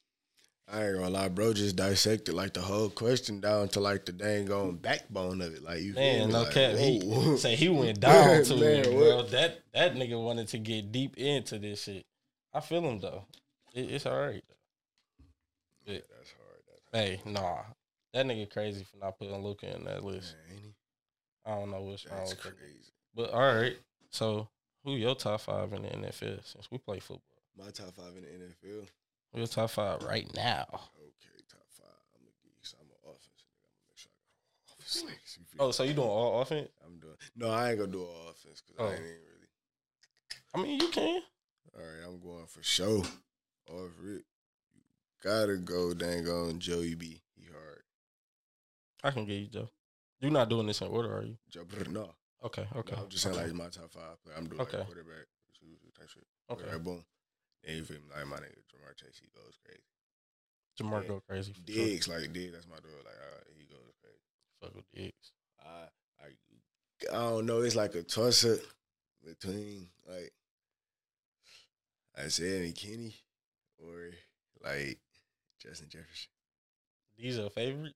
[SPEAKER 3] I ain't gonna lie, bro. Just dissected like the whole question down to like the dang on backbone of it. Like you, feel
[SPEAKER 2] man,
[SPEAKER 3] me?
[SPEAKER 2] no
[SPEAKER 3] Like,
[SPEAKER 2] cap. He
[SPEAKER 3] whoa.
[SPEAKER 2] say he went down to
[SPEAKER 3] Man,
[SPEAKER 2] it, bro.
[SPEAKER 3] what?
[SPEAKER 2] That that nigga wanted to get deep into this shit. I feel him though. It, it's all right.
[SPEAKER 3] Yeah, that's hard. That's
[SPEAKER 2] Hey, nah, that nigga crazy for not putting Luca in that list.
[SPEAKER 3] hard. Man, ain't he?
[SPEAKER 2] I don't know what's wrong
[SPEAKER 3] That's
[SPEAKER 2] with that.
[SPEAKER 3] crazy.
[SPEAKER 2] But all right, so who your top five in the NFL since we play football?
[SPEAKER 3] My top five in the NFL.
[SPEAKER 2] Who your top five right now?
[SPEAKER 3] Okay, top five. I'm a geek, so I'm an offense nigga. I'm gonna make sure I got offense niggas. You feel
[SPEAKER 2] Oh,
[SPEAKER 3] me?
[SPEAKER 2] so you doing all offense?
[SPEAKER 3] I'm doing. No, I ain't gonna do all offense because
[SPEAKER 2] Oh.
[SPEAKER 3] I ain't really.
[SPEAKER 2] I mean, you can.
[SPEAKER 3] All right, I'm going for show. Off rip. You gotta go dang on Joey B. He hard.
[SPEAKER 2] I can get you though. You're not doing this in order, are you?
[SPEAKER 3] Jo- No,
[SPEAKER 2] Okay, okay.
[SPEAKER 3] no, I'm just saying
[SPEAKER 2] okay.
[SPEAKER 3] like my top five. Player. I'm doing
[SPEAKER 2] Okay.
[SPEAKER 3] like quarterback, receiver, type shit.
[SPEAKER 2] okay.
[SPEAKER 3] Quarterback, boom. Then you feel me? Like my nigga Jamar Chase, he goes crazy.
[SPEAKER 2] Jamar
[SPEAKER 3] Yeah.
[SPEAKER 2] go crazy. For sure.
[SPEAKER 3] Diggs, like Diggs, that's my dude. Like uh, he goes crazy.
[SPEAKER 2] Fuck with Diggs.
[SPEAKER 3] I, I, I don't know. It's like a toss up between like Isaiah McKinney or like Justin Jefferson.
[SPEAKER 2] These are favorites.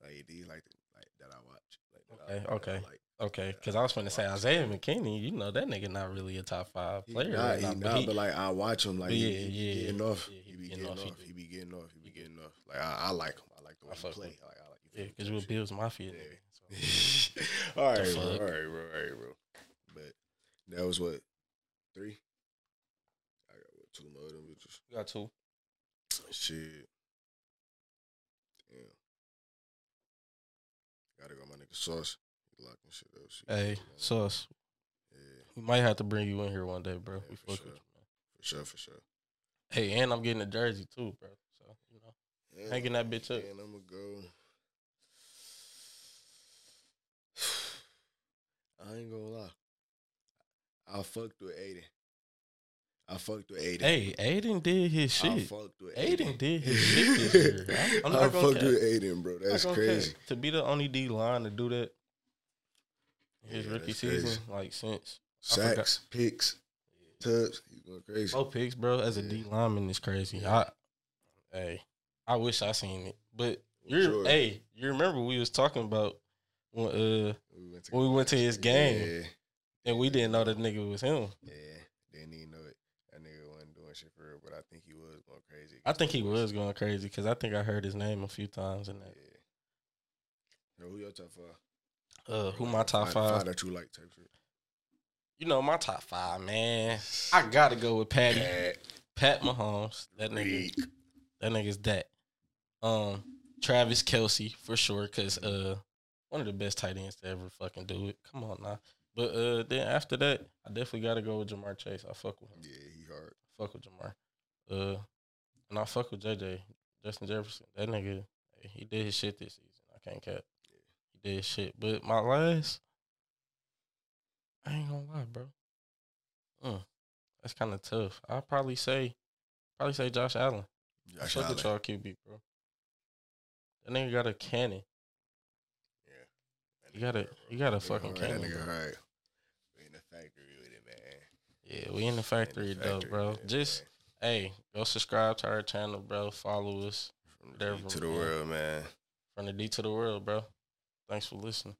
[SPEAKER 3] Like these, like like that I watch. Like, that I-
[SPEAKER 2] Okay,
[SPEAKER 3] that I
[SPEAKER 2] okay.
[SPEAKER 3] like.
[SPEAKER 2] Okay, because I was going to say Isaiah McKinney. You know that nigga not really a top five
[SPEAKER 3] He
[SPEAKER 2] player.
[SPEAKER 3] not,
[SPEAKER 2] right
[SPEAKER 3] he
[SPEAKER 2] now,
[SPEAKER 3] not,
[SPEAKER 2] but
[SPEAKER 3] but,
[SPEAKER 2] he-
[SPEAKER 3] like I watch him. Like
[SPEAKER 2] yeah,
[SPEAKER 3] he, he be
[SPEAKER 2] yeah,
[SPEAKER 3] getting off.
[SPEAKER 2] yeah,
[SPEAKER 3] he be getting off. He
[SPEAKER 2] do.
[SPEAKER 3] be getting off. He be getting off. Like I, I like him. I like the
[SPEAKER 2] I
[SPEAKER 3] way he
[SPEAKER 2] fuck
[SPEAKER 3] play.
[SPEAKER 2] with
[SPEAKER 3] Like I like.
[SPEAKER 2] yeah, because we're Bills Mafia.
[SPEAKER 3] Yeah.
[SPEAKER 2] nigga, so.
[SPEAKER 3] all
[SPEAKER 2] The
[SPEAKER 3] right, bro, all
[SPEAKER 2] fuck?
[SPEAKER 3] right, bro, all right, bro. But that was what three. I got what two more of them bitches.
[SPEAKER 2] You got two.
[SPEAKER 3] Shit. Damn. Gotta go, my nigga. Sauce He locking shit up. Shit.
[SPEAKER 2] Hey, Sauce,
[SPEAKER 3] Yeah,
[SPEAKER 2] we might have to bring you in here one day, bro.
[SPEAKER 3] Yeah,
[SPEAKER 2] we
[SPEAKER 3] for
[SPEAKER 2] fuck
[SPEAKER 3] sure.
[SPEAKER 2] with you, man.
[SPEAKER 3] for sure, for sure.
[SPEAKER 2] Hey, and I'm getting a jersey too, bro. So you know,
[SPEAKER 3] And-
[SPEAKER 2] Hanging that bitch up.
[SPEAKER 3] And I'm gonna go. I ain't gonna lie. I fucked with Aiden. I fucked with Aiden.
[SPEAKER 2] hey, Aiden did his
[SPEAKER 3] I
[SPEAKER 2] shit.
[SPEAKER 3] fucked with
[SPEAKER 2] Aiden
[SPEAKER 3] Aiden.
[SPEAKER 2] did his shit this year. I'm- I'm not
[SPEAKER 3] I
[SPEAKER 2] gonna
[SPEAKER 3] fucked
[SPEAKER 2] cap.
[SPEAKER 3] with Aiden, bro. That's
[SPEAKER 2] Like, okay,
[SPEAKER 3] crazy.
[SPEAKER 2] to be the only D line to do that. His
[SPEAKER 3] Yeah,
[SPEAKER 2] rookie
[SPEAKER 3] that's
[SPEAKER 2] season,
[SPEAKER 3] crazy.
[SPEAKER 2] like since I forgot.
[SPEAKER 3] Sacks, picks, tubs. He's going crazy.
[SPEAKER 2] both picks, bro, as a
[SPEAKER 3] Yeah.
[SPEAKER 2] D lineman is crazy.
[SPEAKER 3] Yeah.
[SPEAKER 2] I, hey, I wish I seen it, but
[SPEAKER 3] Well,
[SPEAKER 2] you
[SPEAKER 3] sure.
[SPEAKER 2] hey, you remember we was talking about when uh
[SPEAKER 3] We went to,
[SPEAKER 2] when we went to his game
[SPEAKER 3] Yeah,
[SPEAKER 2] and we didn't know that nigga was him.
[SPEAKER 3] yeah. Didn't even know it. That nigga wasn't doing shit for real, but I think he was going crazy.
[SPEAKER 2] I think he
[SPEAKER 3] against
[SPEAKER 2] was going crazy because I think I heard his name a few times in
[SPEAKER 3] the Bucs.
[SPEAKER 2] that.
[SPEAKER 3] Yeah. Now, who your top five?
[SPEAKER 2] Uh,
[SPEAKER 3] Or
[SPEAKER 2] who
[SPEAKER 3] like
[SPEAKER 2] my
[SPEAKER 3] the
[SPEAKER 2] top
[SPEAKER 3] Five
[SPEAKER 2] five?
[SPEAKER 3] that you like type shit.
[SPEAKER 2] You know my top five, man. I gotta go with Patty,
[SPEAKER 3] Pat,
[SPEAKER 2] Pat Mahomes. That nigga,
[SPEAKER 3] Reed.
[SPEAKER 2] that nigga's that. Um, Travis Kelsey for sure, cause uh, one of the best tight ends to ever fucking do it. Come on now. But uh, then after that, I definitely gotta go with Jamar Chase. I fuck with him.
[SPEAKER 3] Yeah, he hard.
[SPEAKER 2] I fuck with Jamar. Uh, and I fuck with JJ Justin Jefferson. That nigga, hey, he did his shit this season. I can't cap. He did his shit. But my last, I ain't gonna lie, bro. Mm, that's kind of tough. I'll probably say, probably say Josh Allen. I
[SPEAKER 3] Josh
[SPEAKER 2] fuck with
[SPEAKER 3] Allen.
[SPEAKER 2] y'all QB, bro. That nigga got a cannon.
[SPEAKER 3] Yeah.
[SPEAKER 2] You gotta, you got a fucking
[SPEAKER 3] That
[SPEAKER 2] cannon.
[SPEAKER 3] nigga
[SPEAKER 2] bro.
[SPEAKER 3] hard. We in the factory with it, man.
[SPEAKER 2] Yeah, we in the factory, though,
[SPEAKER 3] factory
[SPEAKER 2] bro.
[SPEAKER 3] with it,
[SPEAKER 2] Just
[SPEAKER 3] man.
[SPEAKER 2] hey, go subscribe to our channel, bro. Follow us
[SPEAKER 3] From the
[SPEAKER 2] there
[SPEAKER 3] deep
[SPEAKER 2] for
[SPEAKER 3] to the
[SPEAKER 2] real.
[SPEAKER 3] world, man.
[SPEAKER 2] from the D to the world, bro. Thanks for listening.